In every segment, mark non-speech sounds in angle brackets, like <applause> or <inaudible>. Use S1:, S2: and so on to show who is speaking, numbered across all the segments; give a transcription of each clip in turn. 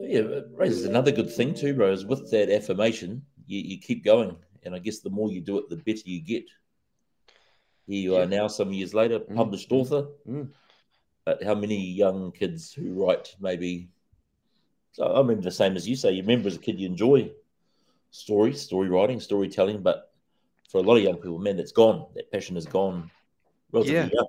S1: yeah, it raises another good thing too, bro. Is with that affirmation, you, you keep going, and I guess the more you do it, the better you get. Here you are now, some years later, published author.
S2: Mm.
S1: But how many young kids who write maybe? So I remember the same as you say. You remember as a kid, you enjoy story, story writing, storytelling. But for a lot of young people, man, it's gone. That passion is gone. Relatively
S3: Yeah.
S1: young.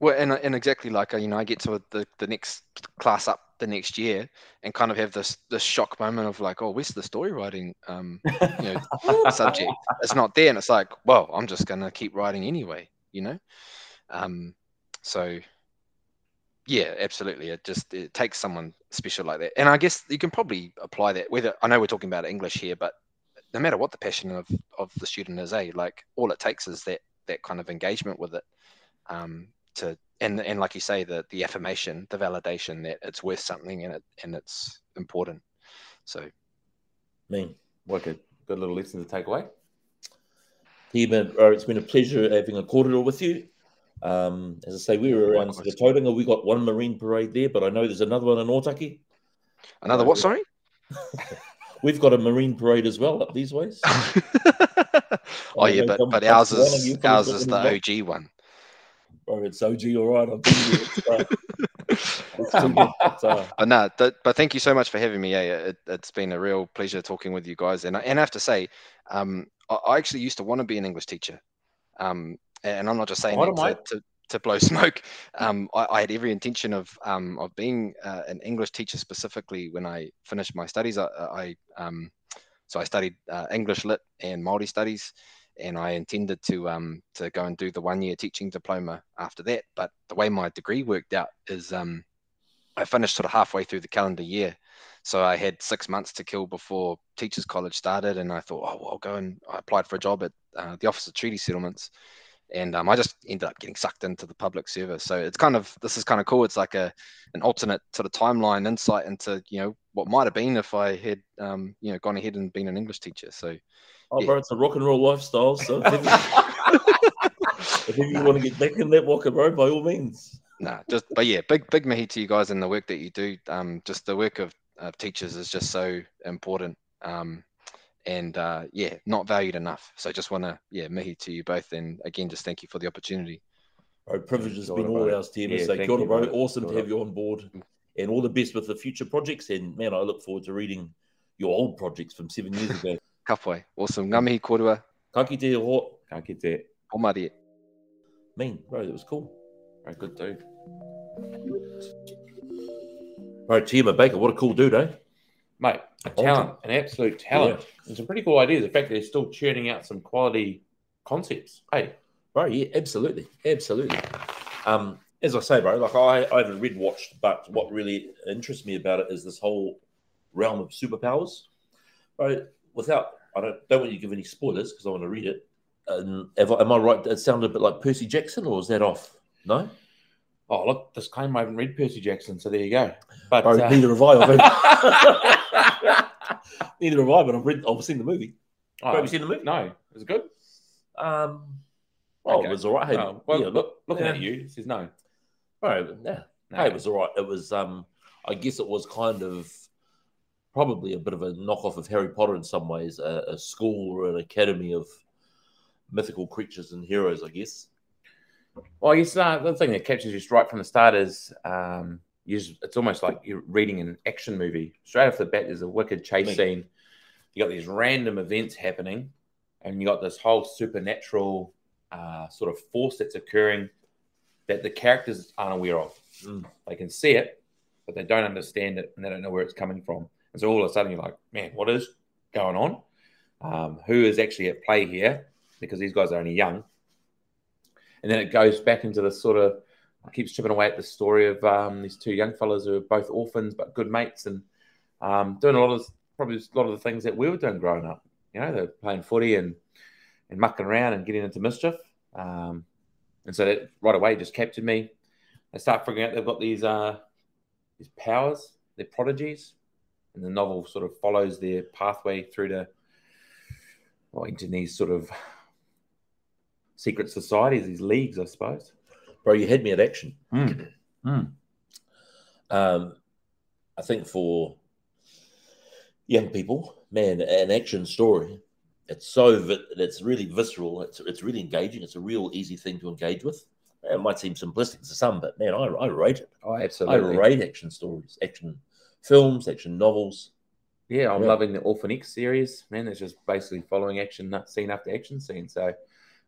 S3: Well, and and exactly like uh, you know, I get to the the next class up the next year and kind of have this this shock moment of like, oh, where's the story writing um you know subject? It's not there, and it's like, well, I'm just gonna keep writing anyway, you know. Um, so yeah, absolutely. It just it takes someone special like that, and I guess you can probably apply that. Whether I know we're talking about English here, but no matter what the passion of of the student is, eh, like all it takes is that that kind of engagement with it. Um, to and and like you say the the affirmation the validation that it's worth something and it and it's important so
S1: Man,
S2: Wicked. Good little lesson to take away.
S1: Tima, bro, it's been a pleasure having a corridor with you. Um, as I say, we were around
S2: Likewise.
S1: Saratoga. We got one Marine parade there, but I know there's another one in Otaki.
S3: another what sorry <laughs>
S1: We've got a Marine parade as well up these ways.
S3: oh yeah but but ours is ours is the og one
S1: Bro, it's OG, all right. I'll give you it. It's, uh, it's too good. It's, uh,
S3: but no th- but thank you so much for having me yeah it, it's been a real pleasure talking with you guys and I, and I have to say um I, I actually used to want to be an english teacher um and i'm not just saying
S2: Why
S3: that
S2: don't I?
S3: to, to, to blow <laughs> smoke um I, I had every intention of um of being uh, an english teacher specifically when i finished my studies i, I um so i studied uh, english lit and maori studies and I intended to um, to go and do the one year teaching diploma after that. But the way my degree worked out is um, I finished sort of halfway through the calendar year. So I had six months to kill before Teachers College started. And I thought, oh, well, I'll go and I applied for a job at uh, the Office of Treaty Settlements. And um, I just ended up getting sucked into the public service. So it's kind of, this is kind of cool. It's like a, an alternate sort of timeline insight into, you know, what might have been if I had, um, you know, gone ahead and been an English teacher. So <laughs>
S1: oh,
S3: Yeah.
S1: bro, it's a rock and roll lifestyle. So if you, if you want to get back in that walker, bro, by all means.
S3: Nah, just but yeah, big big mahi to you guys and the work that you do. Um, just the work of, of teachers is just so important. Um, and uh, yeah, not valued enough. So just want to yeah, mahi to you both, and again, just thank you for the opportunity.
S1: Bro, privilege has
S2: Kia
S1: been
S2: ora,
S1: all
S2: bro.
S1: ours, Tim.
S2: Yeah,
S1: so,
S2: thank
S1: kia ora,
S2: you,
S1: bro.
S2: brother.
S1: Awesome
S2: Kia
S1: to
S2: ora.
S1: have you on board and all the best with the future projects. And, man, I look forward to reading your old projects from seven years ago.
S3: Kapoi, awesome. Ngā mihi korua,
S1: Ka kite ho.
S2: Can't get that.
S3: pomare.
S1: Man, bro, that was cool.
S2: Right, good dude.
S1: Bro, Tima Baker, what a cool dude, eh?
S2: Mate, a talent, an absolute talent. And some pretty cool ideas. In fact, they're still churning out some quality concepts. Hey,
S1: Bro, yeah, absolutely. Absolutely. Um, as I say, bro, like I, I haven't read watched, but what really interests me about it is this whole realm of superpowers. Bro, without I don't don't want you to give any spoilers because I want to read it. Um, have I, am I right? It sounded a bit like Percy Jackson, or is that off? No,
S2: oh, look, disclaimer I haven't read Percy Jackson, so there you go. But
S1: bro,
S2: uh,
S1: neither have I. I've <laughs> neither have I, but I've read. I've seen the movie.
S2: oh,
S1: Bro, have you seen the movie?
S2: No, is it good?
S1: Um, oh,
S2: Okay.
S1: it was all right. Hey,
S2: Oh, well,
S1: yeah,
S2: look, looking
S1: yeah.
S2: at you, it says no.
S1: bro, yeah,
S2: no.
S1: Hey, it was all right. It was, um, I guess it was kind of probably a bit of a knockoff of Harry Potter in some ways, a, a school or an academy of mythical creatures and heroes, I guess.
S2: Well, I guess uh, the thing that captures you just right from the start is um, you just, it's almost like you're reading an action movie. Straight off the bat, there's a wicked chase
S1: Mate.
S2: scene. You got these random events happening, and you got this whole supernatural uh, sort of force that's occurring that the characters aren't aware of.
S1: Mm.
S2: They can see it, but they don't understand it, and they don't know where it's coming from. And so all of a sudden, you're like, man, what is going on? Um, who is actually at play here? Because these guys are only young and then it goes back into this sort of keeps chipping away at the story of um, these two young fellas who are both orphans but good mates and um, doing a lot of probably a lot of the things that we were doing growing up. You know, they're playing footy and and mucking around and getting into mischief. Um, and so that right away just captured me. They start figuring out they've got these uh, these powers, they're prodigies, and the novel sort of follows their pathway through to well, into these sort of secret societies, these leagues, I suppose.
S1: Bro, you had me at
S2: Hmm.
S1: action.
S2: Mm. Mm.
S1: Um, I think for young people, man, an action story. It's so vi- it's really visceral. It's it's really engaging. It's a real easy thing to engage with. It might seem simplistic to some, but man, I, I rate it.
S2: Oh,
S1: I
S2: absolutely.
S1: rate action stories, action films, action novels.
S2: Yeah, I'm
S1: Yeah.
S2: loving the Orphan X series. Man, it's just basically following action nut- scene after action scene. So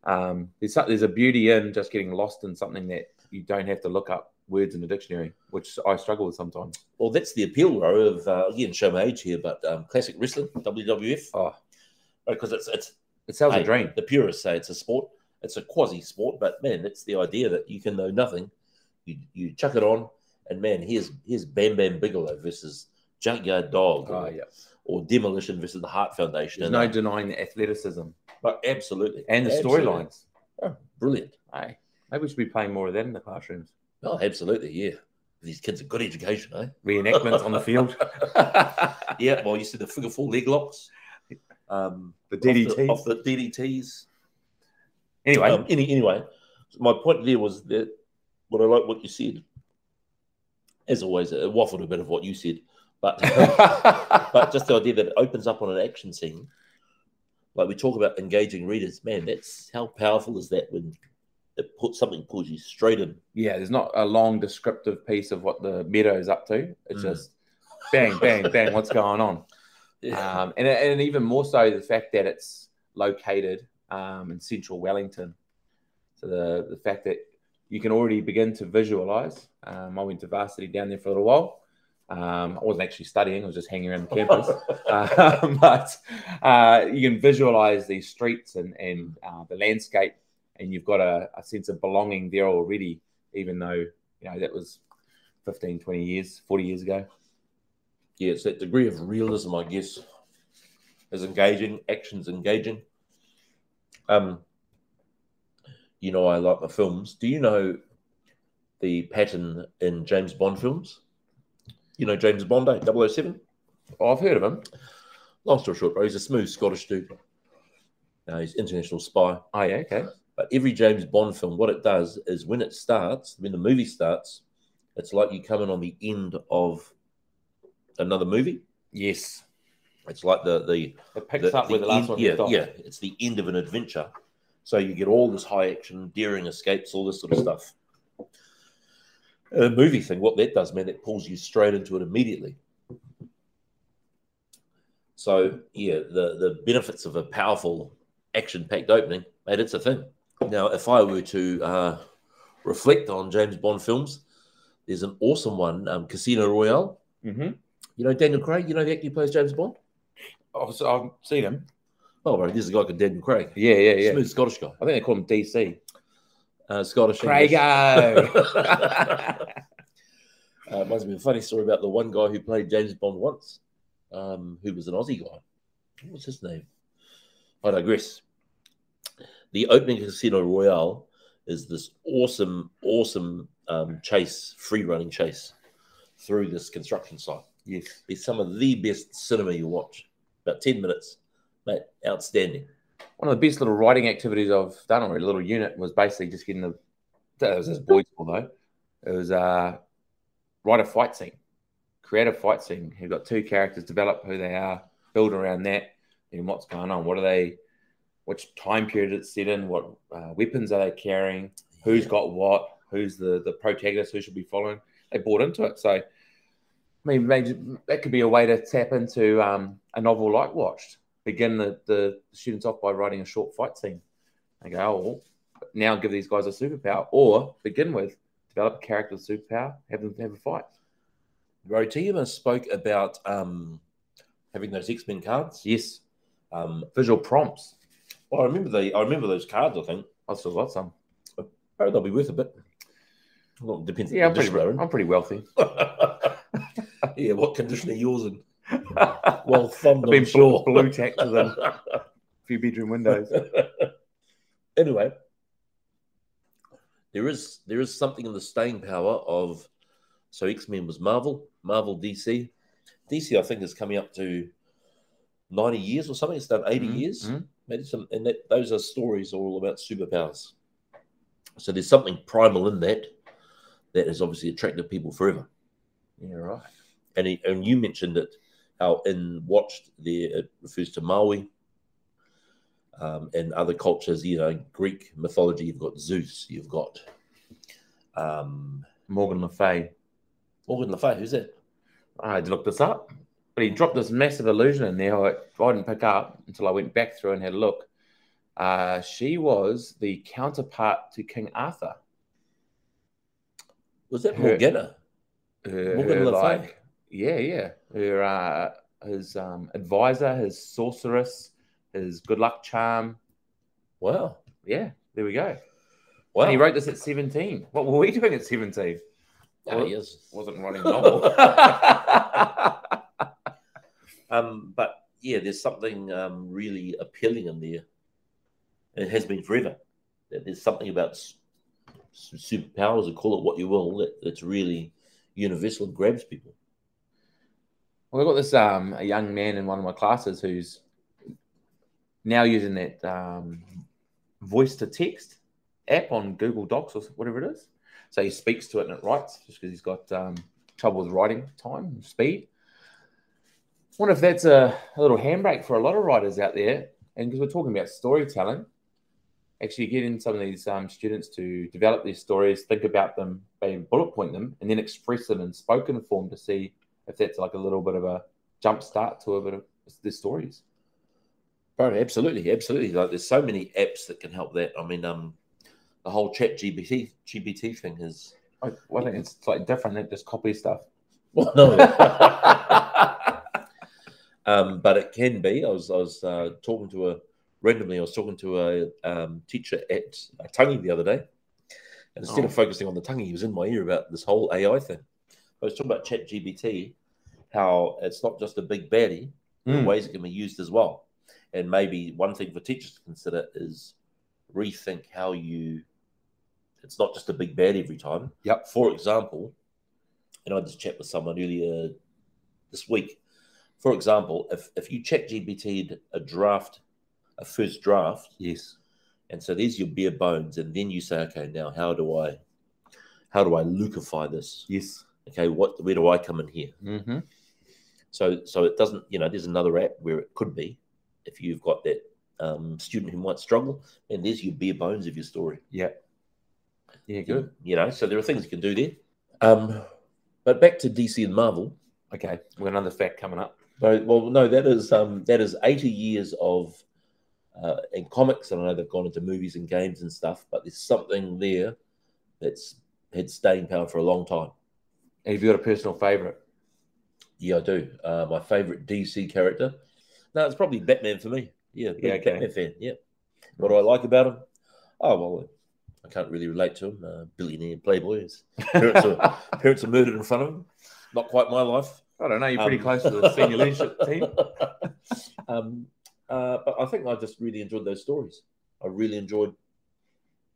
S2: um, there's so- there's a beauty in just getting lost in something that you don't have to look up words in the dictionary, which I struggle with sometimes.
S1: Well, that's the appeal, Ro, of uh, again, show my age here, but um, classic wrestling, WWF,
S2: Oh,
S1: because it's it's
S2: it sells a
S1: Hey,
S2: dream.
S1: The purists say it's a sport. It's a quasi sport, but man, it's the idea that you can know nothing. You, you chuck it on, and man, here's here's Bam Bam Bigelow versus Junkyard Dog
S2: Oh
S1: or,
S2: yeah,
S1: or Demolition versus the Heart Foundation.
S2: there's
S1: and
S2: no
S1: that.
S2: denying the athleticism
S1: but absolutely,
S2: and the
S1: Absolutely.
S2: storylines.
S1: Oh, brilliant.
S2: Hey, maybe we should be playing more of that in the classrooms.
S1: Oh, absolutely, yeah. These kids are good education, eh? <laughs>
S2: Reenactments on the field. <laughs> the
S1: Yeah. Well, you see the figure four leg locks, um,
S2: DDT.
S1: off the, off the DDTs.
S2: Anyway,
S1: Um, any, anyway, my point there was that what I like what you said. As always, it waffled a bit of what you said, but <laughs>
S2: <laughs>
S1: but just the idea that it opens up on an action scene. Like we talk about engaging readers, man, that's how powerful is that when it puts something pulls you straight in.
S2: yeah, there's not a long descriptive piece of what the meadow is up to. It's
S1: Mm.
S2: just bang, bang, bang, what's going on?
S1: <laughs>
S2: Um, and, and even more so the fact that it's located um, in central Wellington. So the, the fact that you can already begin to visualize. Um, I went to varsity down there for a little while. Um, I wasn't actually studying, I was just hanging around the campus. uh, <laughs> but uh, you can visualize these streets and, and uh, the landscape, and you've got a, a sense of belonging there already, even though you know that was 15, 20 years, 40 years ago.
S1: yeah, it's that degree of realism, I guess, is engaging. Action's engaging. Um, you know, I like my films. Do you know the pattern in James Bond films? You know, James Bond, eh? 007?
S2: Oh, I've heard of him.
S1: Long story short, bro, he's a smooth Scottish dude. Now he's international spy.
S2: Oh, yeah, okay.
S1: But every James Bond film, what it does is when it starts, when the movie starts, it's like you come in on the end of another movie.
S2: Yes.
S1: It's like the the
S2: It picks up where the last
S1: end-
S2: one
S1: yeah,
S2: left off.
S1: yeah, it's the end of an adventure. So you get all this high action, daring escapes, all this sort of stuff. A movie thing, what that does, man, it pulls you straight into it immediately. So yeah, the the benefits of a powerful action-packed opening, mate, it's a thing. Now, if I were to uh, reflect on James Bond films, there's an awesome one, um, Casino Royale.
S2: hmm
S1: You know Daniel Craig. You know the actor who plays James Bond.
S2: Oh, so I've seen him.
S1: Oh, bro, this is a guy called Daniel Craig.
S2: Yeah, yeah, yeah.
S1: Smooth Scottish guy.
S2: I think they call him DC.
S1: Uh, Scottish. English.
S2: <laughs> Craigo.
S1: Uh, reminds me of a funny story about the one guy who played James Bond once, um, who was an Aussie guy. What was his name? I digress. The opening of Casino Royale is this awesome, awesome um, chase, free running chase through this construction site.
S2: yes.
S1: It's some of the best cinema you watch. About 10 minutes, mate, outstanding.
S2: One of the best little writing activities I've done or a little unit was basically just getting the that was his boys school though. It was uh write a fight scene. Create a fight scene. You've got two characters, develop who they are, build around that, and what's going on. What are they which time period it's set in, what uh, weapons are they carrying, Who's got what, who's the the protagonist, who should be following. They bought into it, so I mean, maybe that could be a way to tap into um, a novel like Watched. Begin the the students off by writing a short fight scene. They go, oh, well, now give these guys a superpower, or begin with develop a character with superpower, have them have a fight.
S1: Rotema spoke about um, having those X Men cards.
S2: Yes,
S1: Um,
S2: visual prompts.
S1: well, I remember the I remember those cards. I think
S2: I've still got some.
S1: oh, they'll be worth a bit. Well, it depends.
S2: Yeah,
S1: Yeah,
S2: I'm pretty, I'm pretty wealthy. <laughs>
S1: <laughs> yeah, what condition are yours in?
S2: I've
S1: Well, thumbed,
S2: been
S1: I'm sure.
S2: blue, blue tacked to the few bedroom <laughs> windows.
S1: <laughs> anyway, there is there is something in the staying power of so X Men was Marvel, Marvel DC, DC I think is coming up to ninety years or something. It's done 80
S2: Mhm,
S1: years,
S2: mhm.
S1: maybe some, and that, those are stories all about superpowers. So there's something primal in that that has obviously attracted people forever
S2: Yeah, right.
S1: and he, and you mentioned it. Our in watched there it refers to Maui. Um, and other cultures, you know, Greek mythology, you've got Zeus, you've got um,
S2: Morgan Le Fay.
S1: Morgan Le Fay, who's that?
S2: I had to look this up, but he dropped this massive illusion in there. I I didn't pick up until I went back through and had a look. Uh, she was the counterpart to King Arthur.
S1: Was that
S2: Her-
S1: Morgana?
S2: Her,
S1: Morgan
S2: her,
S1: Le Fay.
S2: like, yeah, yeah. Her, uh, his um, advisor, his sorceress, his good luck charm.
S1: Wow.
S2: Yeah, there we go.
S1: Wow.
S2: And he wrote this at 17. What were we doing at 17?
S1: Yeah, he is.
S2: Wasn't writing <laughs> novels.
S1: Um, but yeah, there's something um, really appealing in there. It has been forever. That There's something about s- s- superpowers, or call it what you will, that, that's really universal and grabs people.
S2: Well, I've got this um a young man in one of my classes who's now using that um, voice to text app on Google Docs or whatever it is. So he speaks to it and it writes just because he's got um, trouble with writing time and speed. wonder if that's a, a little handbrake for a lot of writers out there. And because we're talking about storytelling, actually getting some of these um, students to develop their stories, think about them, maybe bullet point them, and then express them in spoken form to see if that's like a little bit of a jump start to a bit of the stories.
S1: Bro, absolutely, absolutely. Like, there's so many apps that can help that. I mean, um, the whole Chat GPT GPT thing is.
S2: I, I think it's like different than just copy stuff.
S1: Well, no. um, but it can be. I was I was uh, talking to a randomly. I was talking to a um, teacher at a tangi the other day, and instead of focusing on the tangi, he was in my ear about this whole AI thing. I was talking about Chat GPT, how it's not just a big baddie, the
S2: <laughs> Mm.
S1: ways it can be used as well. And maybe one thing for teachers to consider is rethink how you. It's not just a big bad every time.
S2: Yep.
S1: For example, and I just chat with someone earlier this week. For example, if if you chat GBT'd a draft, a first draft,
S2: Yes.
S1: and so there's your bare bones, and then you say, okay, now how do I, how do I lucify this?
S2: Yes.
S1: Okay, what where do I come in here?
S2: Mm-hmm.
S1: So so it doesn't, you know, there's another app where it could be if you've got that um, student who might struggle, and there's your bare bones of your story.
S2: Yeah. Good.
S1: You know, so there are things you can do there. Um, but back to DC and Marvel.
S2: Okay. We got another fact coming up.
S1: But, well, no, that is um, that is 80 years of uh, in comics, and I know they've gone into movies and games and stuff, but there's something there that's had staying power for a long time.
S2: And if you got a personal <laughs> favorite,
S1: Yeah, I do. Uh, my favorite DC character. No, it's probably Batman for me. Yeah, big
S2: Yeah, okay.
S1: Batman fan. Yeah. What do I like about him? Oh well, I can't really relate to him. Uh, billionaire playboy. His parents
S2: <laughs>
S1: are parents are murdered in front of him. Not quite my life.
S2: I don't know. You're pretty
S1: Um,
S2: close to the senior leadership team.
S1: <laughs> um, uh, but I think I just really enjoyed those stories. I really enjoyed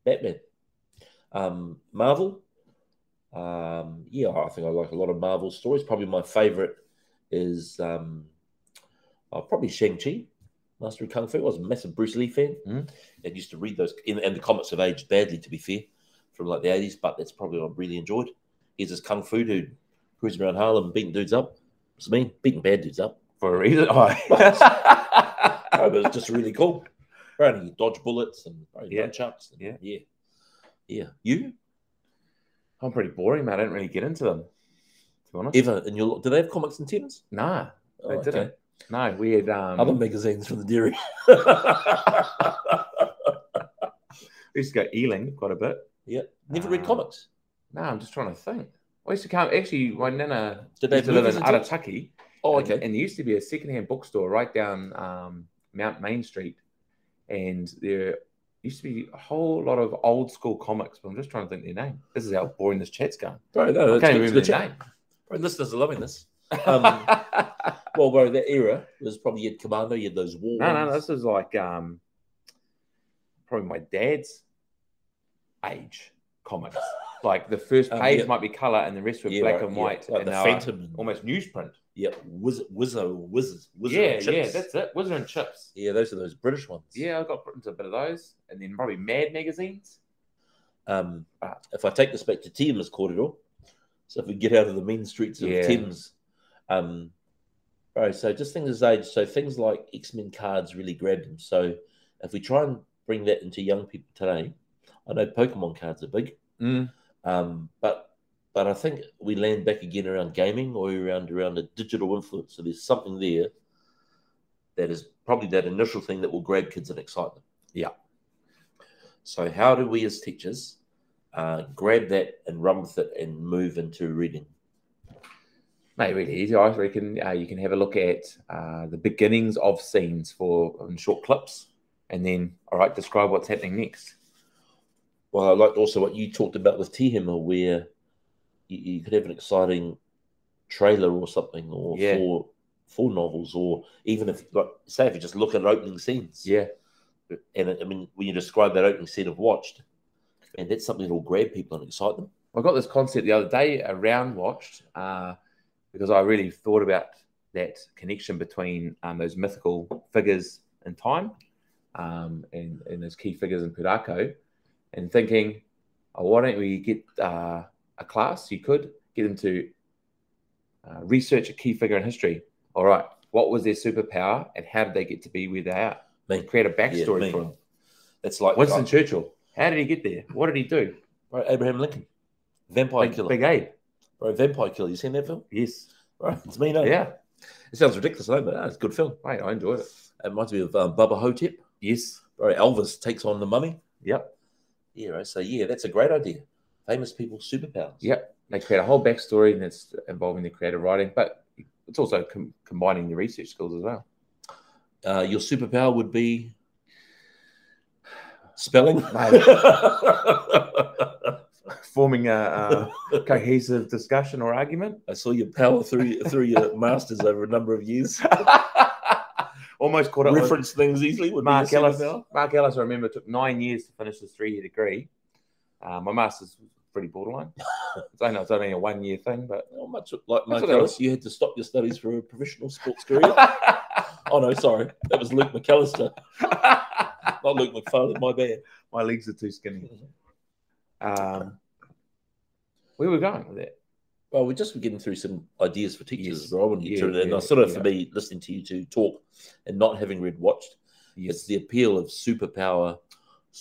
S1: Batman, um, Marvel. Um, yeah, I think I like a lot of Marvel stories. Probably my favorite is um, uh, probably Shang Chi, Master of Kung Fu. I was a massive Bruce Lee fan,
S2: Mm.
S1: and used to read those. And, and the comics have aged badly, to be fair, from like the eighties. But that's probably what I really enjoyed. Here's this kung fu dude cruising around Harlem, beating dudes up. It's mean, beating bad dudes up.
S2: <laughs> For a reason. Oh.
S1: No, but it's just really cool. Right, and you dodge bullets and
S2: Yeah.
S1: yeah. nunchucks. and-
S2: Yeah.
S1: yeah, yeah. You
S2: <laughs> I'm pretty boring, man. I didn't really get into them, to be honest.
S1: ever in your? Do they have comics and tennis?
S2: nah,
S1: Oh,
S2: they Mm-hmm.
S1: okay.
S2: didn't. No, we had um,
S1: Other magazines from the dairy. <laughs>
S2: we used to go Ealing quite a bit.
S1: Never read
S2: Ah.
S1: comics.
S2: No, I'm just trying to think. I used to come actually. My nana
S1: Did they
S2: used to
S1: have
S2: live in
S1: movies
S2: Arataki.
S1: Oh,
S2: And,
S1: okay.
S2: and there used to be a secondhand bookstore right down um, Mount Main Street, and there used to be a whole lot of old school comics. But I'm just trying to think their name. This is how boring this chat's going.
S1: Bro, no,
S2: I can't
S1: that's
S2: even
S1: good, it's a good
S2: remember their
S1: chat.
S2: name.
S1: Bro, listeners are loving
S2: <laughs>
S1: this. Um, well, bro, that era was probably you had Commando, you had those wars.
S2: no, no, this is like um, probably my dad's age comics. Like the first
S1: Um,
S2: page
S1: yeah.
S2: might be color, and the rest were
S1: Yeah,
S2: black
S1: right,
S2: and
S1: yeah.
S2: white,
S1: Like
S2: and
S1: the
S2: they were
S1: Phantom. and-
S2: almost newsprint.
S1: Yeah, Wiz- Wizzo, Wizard, Wizard.
S2: yeah,
S1: and
S2: yeah,
S1: Chips.
S2: that's it. Wizard and Chips.
S1: yeah, those are those British ones.
S2: Yeah, I got put into a bit of those, and then probably Mad magazines.
S1: Um,
S2: Ah.
S1: if I take this back to Thames Corridor, so if we get out of the mean streets of
S2: Yeah.
S1: Thames, um, right, Right. So just things as age. So things like X Men cards really grabbed them. So if we try and bring that into young people today, I know Pokemon cards are big,
S2: Mm.
S1: um, but but I think we land back again around gaming or around around a digital influence. So there's something there that is probably that initial thing that will grab kids and excite them.
S2: Yeah.
S1: So how do we as teachers uh, grab that and run with it and move into reading?
S2: Mate, really easy. I reckon uh, you can have a look at uh, the beginnings of scenes for in short clips, and then all right, describe what's happening next.
S1: Well, I liked also what you talked about with Tihima, where you, you could have an exciting trailer or something, or
S2: Yeah.
S1: for for novels, or even if like say if you just look at opening scenes,
S2: Yeah,
S1: and I mean when you describe that opening scene of Watched, and that's something that will grab people and excite them.
S2: I got this concept the other day around watched uh, because I really thought about that connection between um, those mythical figures in time um, and, and those key figures in Pudako and thinking, oh, why don't we get uh, a class? You could get them to uh, research a key figure in history. All right, what was their superpower and how did they get to be where they are?
S1: Me.
S2: Create a backstory
S1: me.
S2: for them.
S1: That's like
S2: Winston
S1: like-
S2: Churchill, how did he get there? What did he do?
S1: right, Abraham Lincoln, vampire
S2: Big,
S1: killer,
S2: Big Abe.
S1: right? Vampire killer. You seen that film? <laughs>
S2: Yes.
S1: Right, it's me. No,
S2: Yeah.
S1: it sounds ridiculous, I know, but no, it's a good film.
S2: Mate, I enjoyed it.
S1: It reminds me of um, Bubba Hotep.
S2: Yes.
S1: Right, Elvis takes on the mummy.
S2: Yep.
S1: Yeah, right. So yeah, that's a great idea. Famous people superpowers.
S2: Yeah. They create a whole backstory and it's involving the creative writing, but it's also com- combining your research skills as well.
S1: Uh, your superpower would
S2: <sighs>
S1: be spelling. <laughs>
S2: Mate. <laughs> <laughs> Forming a, <laughs> a cohesive discussion or <laughs> argument.
S1: I saw your power through through your masters over a number of
S2: <laughs>
S1: years.
S2: Almost caught up with
S1: Reference things easily with
S2: Mark Ellis. Mark Ellis, I remember, took nine years to finish his three year degree. Uh, my master's was pretty <laughs> borderline. I know it's only a one year thing, but.
S1: Not much Oh, like Mark
S2: what I
S1: Ellis, you had to stop your studies for a professional sports
S2: <laughs>
S1: career. oh no, sorry, that was Luke McAllister, not Luke McFarlane. My bad.
S2: my legs are too skinny. Um, where were we going with that?
S1: Well, we're just getting through some ideas for teachers.
S2: Yes.
S1: Yes. I want to get
S2: Yeah,
S1: through that. And
S2: yeah,
S1: I sort of,
S2: yeah.
S1: for me, listening to you two talk and not having read watched, it's the appeal of superpower.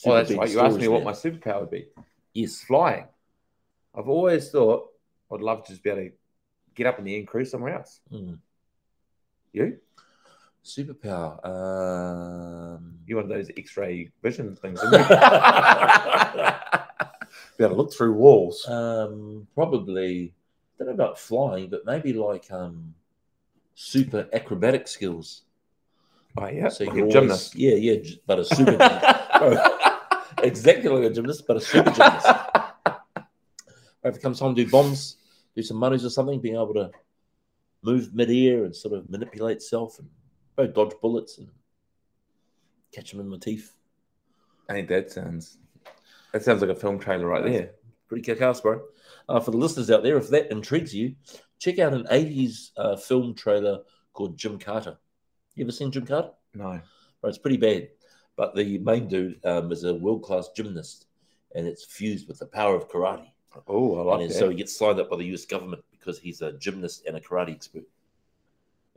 S2: Oh, that's
S1: superbig
S2: right. You asked
S1: stories,
S2: me what
S1: man.
S2: my superpower would be.
S1: yes,
S2: Flying. I've always thought I'd love to just be able to get up in the air and cruise somewhere else.
S1: Mm.
S2: You?
S1: superpower. Um,
S2: You one of those X-ray vision things, isn't <laughs> you?
S1: <laughs>
S2: <laughs>
S1: um,
S2: be able to look through walls.
S1: probably I don't know about flying, but maybe like um, super acrobatic skills.
S2: Oh yeah,
S1: So
S2: like
S1: you're
S2: a
S1: always-
S2: gymnast.
S1: Yeah, yeah, j- but a
S2: <laughs>
S1: super. exactly like a gymnast, but a super gymnast. Right, if it comes time to do bombs, do some monies or something, being able to move midair and sort of manipulate self and oh, dodge bullets and catch them in the teeth.
S2: I think that sounds. That sounds like a film trailer right there.
S1: Pretty kick ass, bro. Uh, for the listeners out there, if that intrigues you, check out an 80s uh, film trailer called Jim Carter. You ever seen Jim Carter?
S2: No.
S1: Right, it's pretty bad. But the main dude um, is a world class gymnast and it's fused with the power of karate.
S2: Oh, I like
S1: and
S2: that.
S1: then so he gets signed up by the US government because he's a gymnast and a karate expert.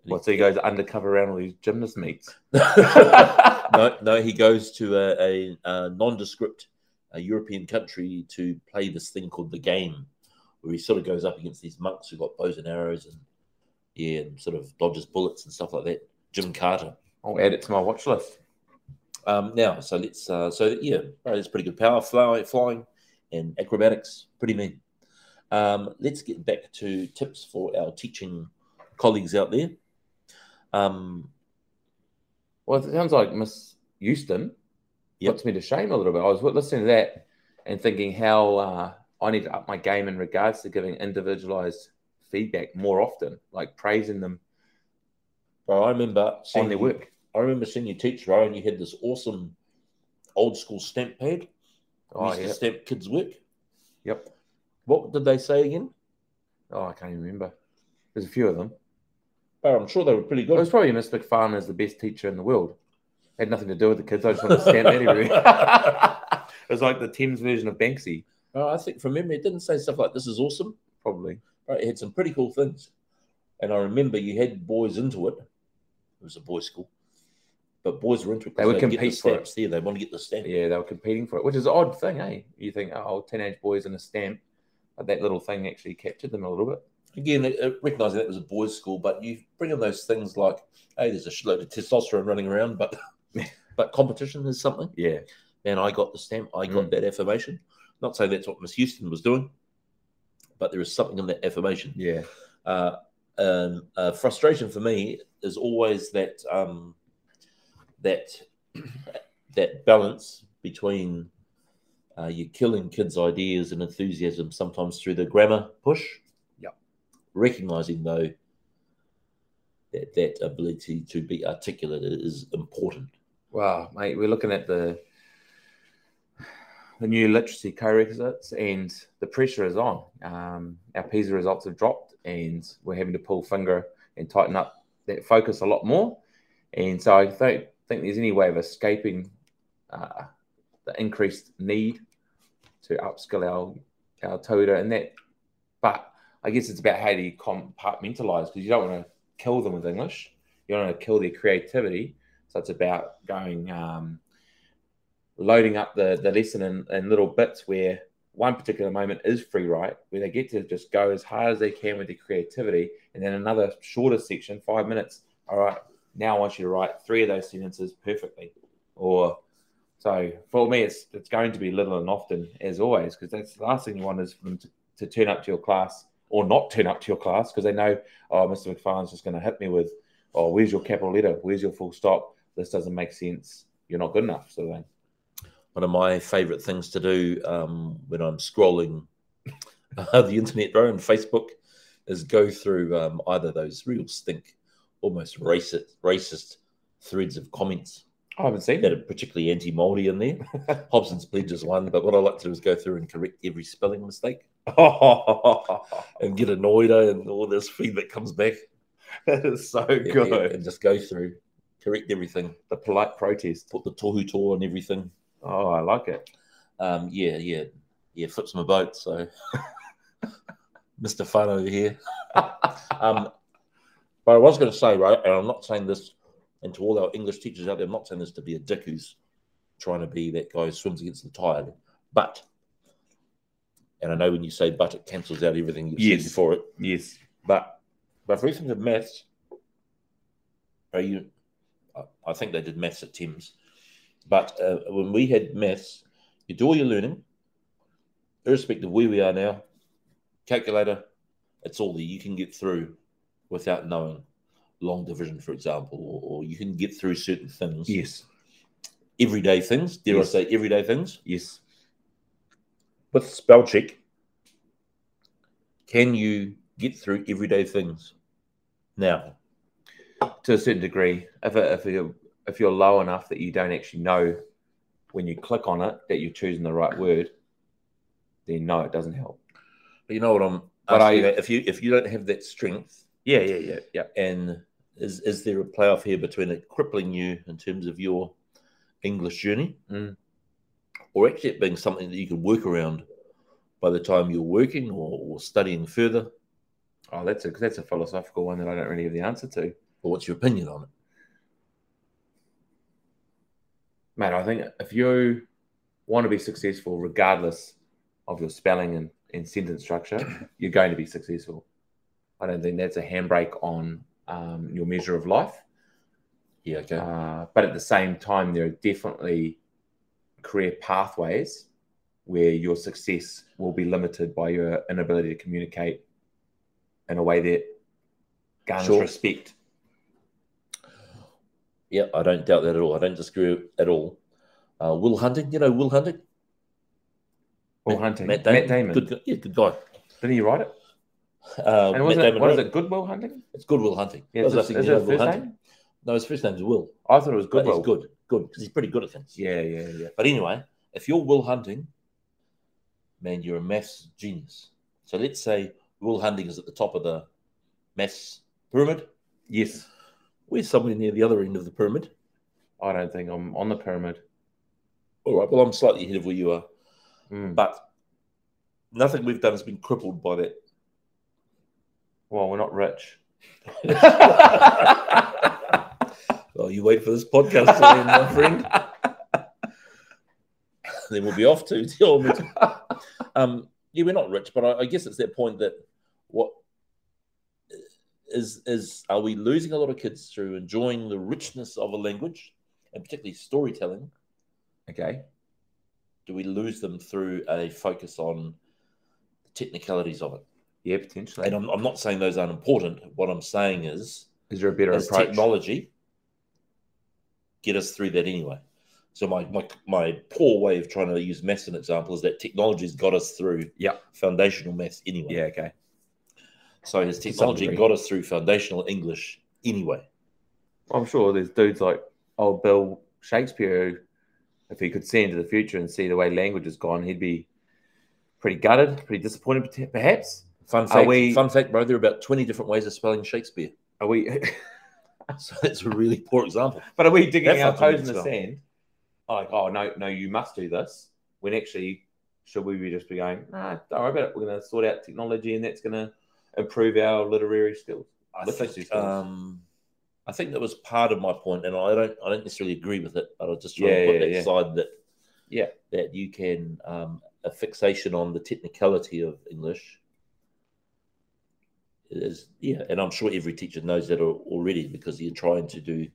S2: what? So he goes undercover around all these gymnast <laughs> meets.
S1: no, no, he goes to a, a, a nondescript a European country to play this thing called the game, where he sort of goes up against these monks who got bows and arrows and yeah, and sort of dodges bullets and stuff like that. Jim Carter.
S2: I'll add it to my watch list.
S1: Um, now, so let's. Uh, so yeah, right, that's pretty good power, fly, flying, and acrobatics. Pretty mean. Um, let's get back to tips for our teaching colleagues out there. Um,
S2: Well, it sounds like Miss Houston
S1: Yep.
S2: puts me to shame a little bit. I was listening to that and thinking how uh, I need to up my game in regards to giving individualized feedback more often, like praising them
S1: bro, I remember
S2: on their
S1: you-
S2: work.
S1: I remember seeing your teacher, Owen. You had this awesome old school stamp pad. You
S2: Oh,
S1: used
S2: yeah.
S1: to stamp kids' work.
S2: Yep.
S1: What did they say again?
S2: Oh, I can't even remember. There's a few of them.
S1: Bro, Oh, I'm sure they were pretty
S2: It was
S1: good.
S2: probably Miss McFarlane is the best teacher in the world. Had nothing to do with the kids. I just wanted to stand
S1: <laughs>
S2: that <laughs> everywhere. it was like the Thames version of Banksy,
S1: Bro, I think from memory, it didn't say stuff like "this is awesome."
S2: probably.
S1: Right, it had some pretty cool things. And I remember you had boys into it. It was a boys' school, but boys were into it. 'cause
S2: They would
S1: they'd get
S2: compete
S1: the
S2: for it.
S1: stamps there. They want to get the stamp.
S2: Yeah, they were competing for it, which is an odd thing, eh? You think, oh, teenage boys in a stamp, but that little thing actually captured them a little bit.
S1: Again, uh, recognizing that was a boys' school, but you bring in those things like, hey, there's a shitload of testosterone running around, but but competition is something.
S2: Yeah,
S1: man, I got the stamp. I got
S2: Mm.
S1: that affirmation. Not saying that's what Miss Houston was doing, but there is something in that affirmation.
S2: yeah,
S1: Uh, um, uh, frustration for me is always that um, that <clears throat> that balance between uh, you killing kids' ideas and enthusiasm sometimes through the grammar push.
S2: Yep.
S1: Recognizing though that that ability to be articulate is important.
S2: Wow, mate, we're looking at the the new literacy co-requisites, and the pressure is on. Um, our PISA results have dropped, and we're having to pull finger and tighten up that focus a lot more. And so I don't think there's any way of escaping uh, the increased need to upskill our our toda and that. But I guess it's about how do you compartmentalize because you don't want to kill them with English. You don't want to kill their creativity. So it's about going um, loading up the the lesson in, in little bits where one particular moment is free write, where they get to just go as hard as they can with their creativity, and then another shorter section, five minutes. All right, now I want you to write three of those sentences perfectly, or so for me, it's it's going to be little and often as always, because that's the last thing you want is for them to, to turn up to your class or not turn up to your class because they know, oh, Mr. McFarlane's just going to hit me with, oh, where's your capital letter? Where's your full stop? This doesn't make sense. You're not good enough, sort of thing.
S1: one of my favorite things to do um, when I'm scrolling <laughs> uh, the internet bro, and Facebook is go through um, either those real stink, almost racist, racist threads of comments
S2: Oh, I haven't seen
S1: that
S2: it.
S1: are particularly anti-Maori in there. Hobson's pledge is one, but what I like to do is go through and correct every spelling mistake <laughs> and get annoyed eh, and all this feedback comes back.
S2: <laughs> that is so
S1: Yeah,
S2: good.
S1: yeah, and just go through, correct everything,
S2: The polite protest.
S1: put the tohu to on everything.
S2: Oh, I like it.
S1: Um, yeah, yeah, yeah, flips my boat. So, <laughs> Mr. Fun over here. <laughs> um, but I was going to say, right, and I'm not saying this, and to all our English teachers out there, I'm not saying this to be a dick who's trying to be that guy who swims against the tide, but, and I know when you say but, it cancels out everything you've
S2: Yes.
S1: said before it,
S2: Yes.
S1: but, but for instance, in maths, are you, I- I think they did maths at Tim's, but uh, when we had maths, you do all your learning, irrespective of where we are now, calculator, it's all that you can get through without knowing long division, for example, or, or you can get through certain things,
S2: Yes.
S1: everyday things, dare
S2: Yes.
S1: I say everyday things,
S2: Yes.
S1: with spell check, can you get through everyday things? Now,
S2: to a certain degree if it, if you're if you're low enough that you don't actually know when you click on it that you're choosing the right word then no it doesn't help
S1: But you know what I'm.
S2: But
S1: asking
S2: I-
S1: about? if you if you don't have that strength,
S2: yeah yeah yeah yeah
S1: and is is there a playoff here between it crippling you in terms of your English journey,
S2: Mm.
S1: or actually it being something that you can work around by the time you're working or, or studying further?
S2: oh that's a that's a philosophical one that i don't really have the answer to
S1: Or what's your opinion on it?
S2: man i think if you want to be successful regardless of your spelling and, and sentence structure
S1: <clears throat>
S2: you're going to be successful i don't think that's a handbrake on um, your measure of life
S1: Yeah, okay.
S2: Uh, but at the same time, there are definitely career pathways where your success will be limited by your inability to communicate in a way that garners
S1: Sure.
S2: respect.
S1: yeah, I don't doubt that at all. I don't disagree at all. Uh, Will Hunting, you know Will Hunting,
S2: Paul
S1: Matt-
S2: Hunting,
S1: Matt Damon,
S2: Didn't
S1: good, gu- yeah, good guy.
S2: he write it?
S1: Uh,
S2: And was
S1: Matt
S2: it,
S1: Damon
S2: what is
S1: wrote-
S2: it? Goodwill Hunting?
S1: It's good Will Hunting.
S2: Yeah,
S1: I was
S2: is it,
S1: asking,
S2: is
S1: you
S2: it
S1: know,
S2: his
S1: Will
S2: first
S1: Hunting?
S2: name?
S1: No, his first name's Will.
S2: I thought it was Goodwill.
S1: But he's good, good, because he's pretty good at things.
S2: Yeah, yeah, yeah.
S1: But anyway, if you're Will Hunting, man, you're a maths genius. So let's say Will Hunting is at the top of the maths pyramid.
S2: Yes.
S1: We're somewhere near the other end of the pyramid.
S2: I don't think I'm on the pyramid.
S1: All right, well, I'm slightly ahead of where you are.
S2: Mm.
S1: But <laughs> nothing we've done has been crippled by that.
S2: Well, we're not rich.
S1: Well, you wait for this podcast to end, my friend. <laughs> then we'll be off to deal with. Um, yeah, we're not rich, but I, I guess it's that point that what is is are we losing a lot of kids through enjoying the richness of a language and particularly storytelling?
S2: <laughs> okay.
S1: Do we lose them through a focus on the technicalities of it?
S2: Yeah, potentially.
S1: And I'm, I'm not saying those aren't important. What I'm saying is,
S2: Is there a better
S1: as
S2: approach?
S1: technology get us through that anyway. So my, my my poor way of trying to use maths as an example is that technology's got us through
S2: Yeah.
S1: foundational maths anyway.
S2: Yeah, okay.
S1: So has technology
S2: degree.
S1: got us through foundational English anyway?
S2: I'm sure there's dudes like old Bill Shakespeare who, if he could see into the future and see the way language has gone, he'd be pretty gutted, pretty disappointed, p- perhaps.
S1: Fun fact,
S2: we-
S1: fun fact, bro. There are about twenty different ways of spelling Shakespeare. <laughs>
S2: Are we?
S1: So that's a really poor example.
S2: but are we digging
S1: That's
S2: our
S1: not doing
S2: toes in the
S1: itself.
S2: sand? Like, oh no, no, you must do this. When actually, should we be just be going? Nah, don't worry about it. We're going to sort out technology, and that's going to improve our literary skills.
S1: I
S2: Literacy
S1: think,
S2: skills.
S1: um, I think that was part of my point, and I don't I don't necessarily agree with it, but I was just trying
S2: Yeah,
S1: to put
S2: yeah,
S1: that
S2: yeah.
S1: side that
S2: Yeah.
S1: that you can um, a fixation on the technicality of English is yeah, and I'm sure every teacher knows that al- already because you're trying to do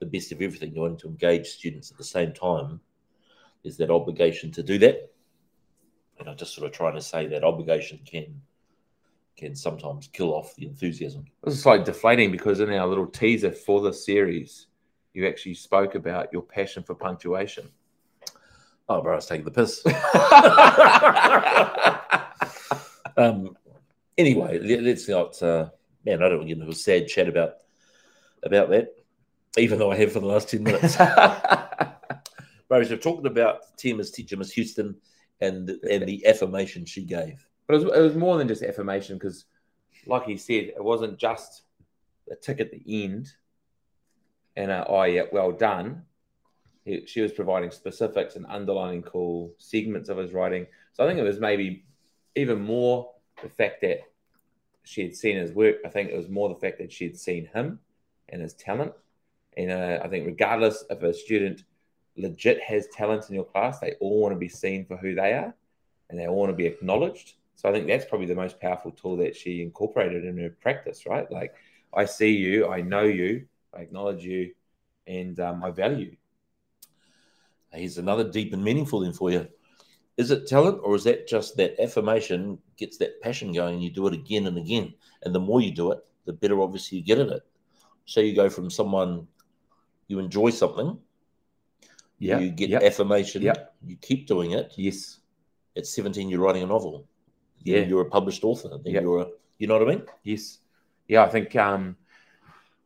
S1: the best of everything. You're wanting to engage students at the same time. There's that obligation to do that, and I'm just sort of trying to say that obligation can can sometimes kill off the enthusiasm.
S2: This is like deflating because in our little teaser for the series, you actually spoke about your passion for punctuation.
S1: Oh, bro, I was taking the piss.
S2: yeah,
S1: um, anyway, le- let's not. Uh, man, I don't want to get into a sad chat about about that, even though I have for the last ten minutes. bro, so talking about Tima's teacher, Miss Houston, and and the affirmation she gave.
S2: But it was, it was more than just affirmation because, like he said, it wasn't just a tick at the end and a, oh, yeah, well done. He- she was providing specifics and underlining cool segments of his writing. So I think it was maybe even more the fact that she had seen his work. I think it was more the fact that she had seen him and his talent. And uh, I think, regardless if a student legit has talent in your class, they all want to be seen for who they are and they all want to be acknowledged. So I think that's probably the most powerful tool that she incorporated in her practice, right? Like, I see you, I know you, I acknowledge you, and um, I value. you.
S1: Here's another deep and meaningful in for you. Is it talent or is that just that affirmation gets that passion going and you do it again and again? And the more you do it, the better obviously you get at it. So you go from someone you enjoy something, you get
S2: yeah,
S1: affirmation,
S2: Yeah.
S1: you keep doing it.
S2: yes,
S1: At 17, you're writing a novel. Then
S2: Yeah.
S1: You're a published author. Then
S2: Yeah.
S1: you're a, you know what I mean?
S2: yes, yeah. I think um,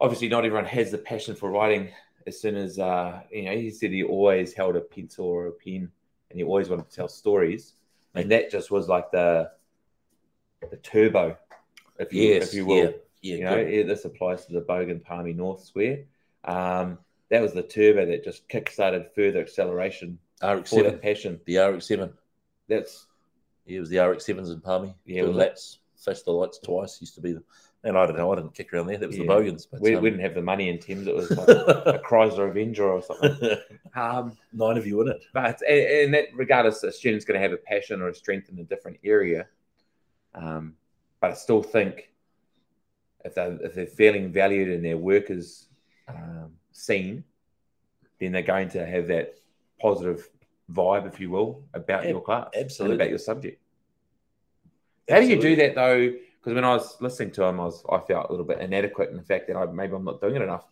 S2: obviously not everyone has the passion for writing. As soon as uh, you know, he said he always held a pencil or a pen, and he always wanted to tell stories, and that just was like the the turbo, if you if you will.
S1: Yeah. Yeah.
S2: you know,
S1: good.
S2: yeah, this applies to the Bogan Palmy North Square. Um, that was the turbo that just kickstarted further acceleration for
S1: RX7.
S2: that passion.
S1: The RX7.
S2: That's
S1: Yeah, it was the RX7s in Palmy.
S2: Yeah,
S1: Doing
S2: was it?
S1: laps. Flashed the lights twice. Used to be the. And I don't know. I didn't kick around there. That was the
S2: Yeah.
S1: Bogans. But,
S2: we,
S1: um, <laughs>
S2: we didn't have the money in Thames. It was like a <laughs> Chrysler Avenger or something. Um,
S1: Nine of you in it.
S2: but and, and that regardless, a student's going to have a passion or a strength in a different area. Um, but I still think if they if they're feeling valued and their work is um, seen, then they're going to have that positive vibe, if you will, about
S1: Ab-
S2: your class, and
S1: absolutely.
S2: about your subject. How do you do that though? Because when I was listening to him, I was I felt a little bit inadequate in the fact that I maybe I'm not doing it enough.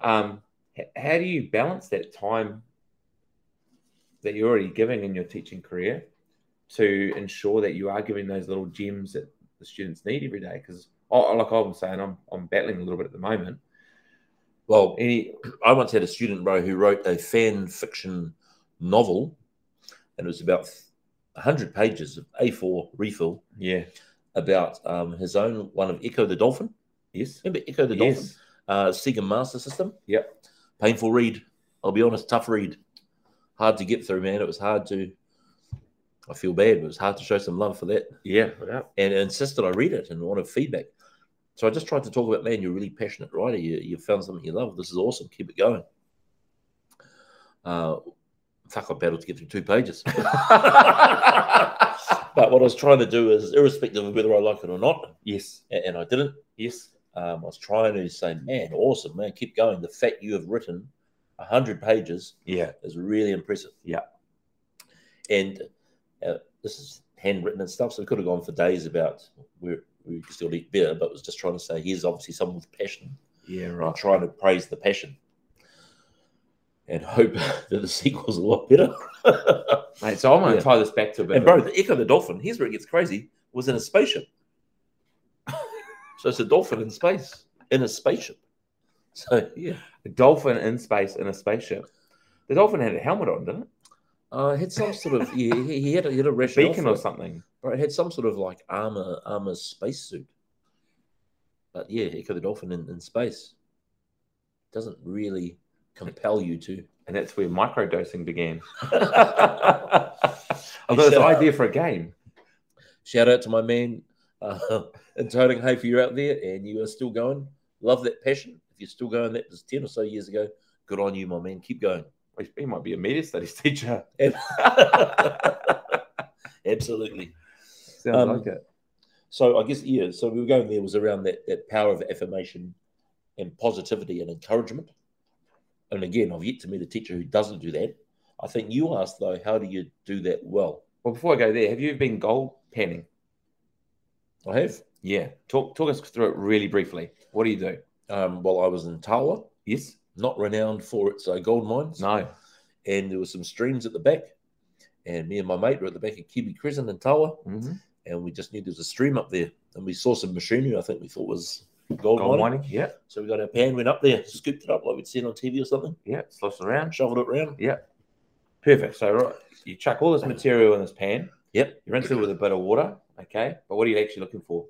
S2: Um, h- how do you balance that time that you're already giving in your teaching career to ensure that you are giving those little gems that the students need every day? Because like I'm saying, I'm I'm battling a little bit at the moment.
S1: Well,
S2: Any
S1: I once had a student, bro, who wrote a fan fiction novel, and it was about 100 pages of A4 refill
S2: yeah
S1: about um, his own one of Echo the Dolphin.
S2: yes
S1: Remember Echo the Dolphin?
S2: yes
S1: Uh, Sega Master System.
S2: Yep.
S1: Painful read. I'll be honest, tough read. Hard to get through, man. It was hard to. I feel bad, but it was hard to show some love for that
S2: yeah yeah
S1: and insisted I read it and wanted feedback. So I just tried to talk about, man, you're a really passionate writer. You, you found something you love. This is awesome. Keep it going. Uh, fuck, I battled to get through two pages. <laughs> but what I was trying to do is, irrespective of whether I like it or not,
S2: Yes.
S1: a- and I didn't,
S2: Yes.
S1: um, I was trying to say, man, awesome, man, keep going. The fact you have written 100 pages
S2: Yeah.
S1: is really impressive.
S2: Yeah.
S1: And uh, this is handwritten and stuff, so we could have gone for days about where we could still eat beer, but it was just trying to say, here's obviously someone with passion
S2: Yeah.
S1: and trying to praise the passion and hope <laughs> that the sequel's a lot <laughs> better.
S2: Mate, so I'm going to
S1: Yeah.
S2: tie this back to a bit.
S1: and
S2: of-
S1: bro, the Echo the Dolphin, here's where it gets crazy, was in a spaceship. <laughs> so it's a dolphin in space, in a spaceship. So, yeah.
S2: a dolphin in space in a spaceship. The dolphin had a helmet on, didn't it?
S1: Uh, it had some sort of, yeah, he, he had a, he had a rationale
S2: Beacon
S1: for
S2: or
S1: it.
S2: something.
S1: Right, it had some sort of like armor armor spacesuit. But yeah, Echo the Dolphin in, in space doesn't really compel you to. <laughs>
S2: And that's where microdosing began.
S1: Hey,
S2: I've got
S1: shout
S2: this
S1: out-
S2: idea for a game.
S1: Shout out to my man uh, in Toting Hay for you out there, and you are still going. Love that passion. If you're still going, that was 10 or so years ago. Good on you, my man. Keep going. <laughs>
S2: He might be a media studies <laughs> teacher.
S1: Absolutely.
S2: Sounds
S1: Um,
S2: like it.
S1: So I guess yeah. So we were going there was around that that power of affirmation and positivity and encouragement. And again, I've yet to meet a teacher who doesn't do that. I think you asked though, how do you do that well?
S2: Well, before I go there, have you been goal panning?
S1: I have.
S2: Yeah. Talk talk us through it really briefly. What do you do?
S1: Um, well, I was in Tawa,
S2: Yes.
S1: not renowned for its uh, gold mines,
S2: No.
S1: and there were some streams at the back. And me and my mate were at the back of Kiwi Crescent in Tawa,
S2: Mhm.
S1: and we just knew there was a stream up there, and we saw some machinery. I think we thought was gold,
S2: Gold
S1: mining.
S2: mining. Yeah.
S1: So we got our pan, went up there, scooped it up like we'd seen on TV or something,
S2: Yeah. Slosh around.
S1: shoveled it around.
S2: Perfect. So right, you chuck all this material in this pan.
S1: Yep.
S2: You rinse it with a bit of water. Okay. But what are you actually looking for?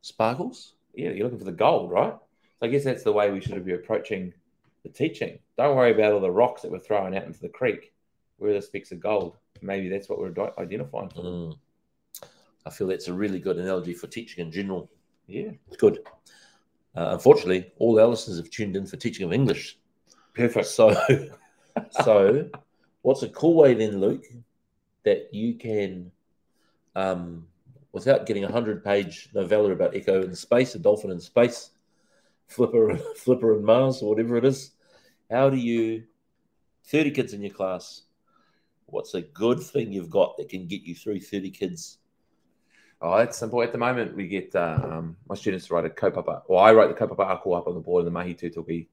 S1: Sparkles?
S2: yeah, you're looking for the gold, right? So I guess that's the way we should be approaching the teaching. Don't worry about all the rocks that we're throwing out into the creek. Where are the specks of gold? Maybe that's what we're di- identifying. For. them.
S1: Mm. I feel that's a really good analogy for teaching in general.
S2: Yeah,
S1: It's good. Uh, unfortunately, all our listeners have tuned in for teaching of English.
S2: perfect.
S1: So, <laughs> so what's a cool way then, Luke, that you can, um, without getting a hundred-page novella about Echo in space, a dolphin in space, Flipper, <laughs> Flipper and Mars, or whatever it is, how do you, thirty kids in your class, what's a good thing you've got that can get you through thirty kids?
S2: Oh, that's simple. At the moment, we get um, my students to write a kopapa. Well, I write the kopapa aku up on the board in the mahi tutuki,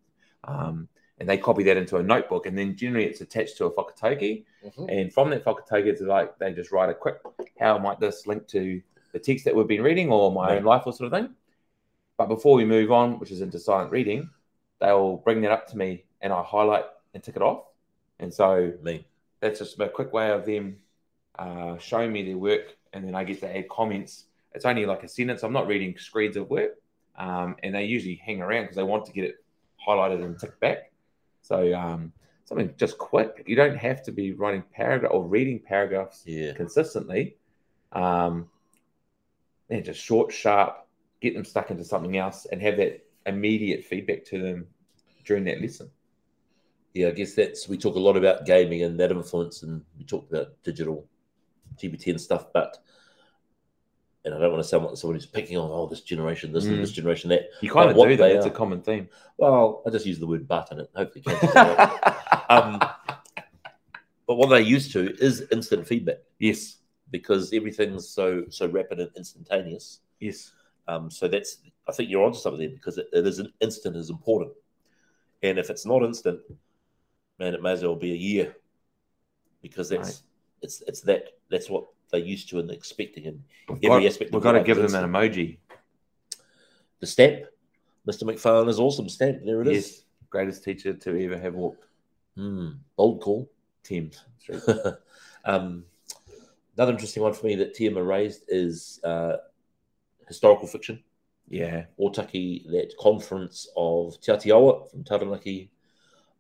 S2: um, and they copy that into a notebook, and then generally it's attached to a whakatauki. And from that Fakatoga, it's like they just write a quick, how might this link to the text that we've been reading or my own life or sort of thing. But before we move on, which is into silent reading, they'll bring that up to me and I highlight and tick it off. And so
S1: Me,
S2: that's just a quick way of them uh, showing me their work, and then I get to add comments. It's only like a sentence. I'm not reading screeds of work, um, and they usually hang around because they want to get it highlighted and ticked back. So um, something just quick. You don't have to be writing paragraph or reading paragraphs
S1: yeah.
S2: consistently. Um, and just short, sharp, get them stuck into something else, and have that immediate feedback to them during that lesson.
S1: Yeah, I guess that's we talk a lot about gaming and that influence, and we talked about digital GPT and stuff, but and I don't want to sound like someone who's picking on oh this generation, this
S2: Mm.
S1: and this generation that.
S2: You kind of
S1: what
S2: do
S1: they
S2: that. It's a
S1: are.
S2: common theme.
S1: <laughs>
S2: <laughs>
S1: Well, I just use the word but and it hopefully catches it up. um, But what they used to is instant feedback
S2: yes.
S1: because everything's so so rapid and instantaneous.
S2: Yes.
S1: Um, so that's I think you're onto something there because it, it is an instant is important, and if it's not instant, man, it may as well be a year, because that's it's it's that that's what they're used to and expecting and
S2: We've
S1: every
S2: got,
S1: aspect.
S2: we've
S1: of
S2: got to
S1: life
S2: give
S1: is
S2: them an
S1: instant.
S2: emoji.
S1: the stamp. Mr. McFarlane is awesome stamp. There it is.
S2: Yes, greatest teacher to ever have walked.
S1: Hmm, bold call.
S2: Tim. Street.
S1: <laughs> um, another interesting one for me that Tia raised is uh, historical fiction.
S2: Yeah,
S1: Otaki, that conference of Te Atiawa from Taranaki,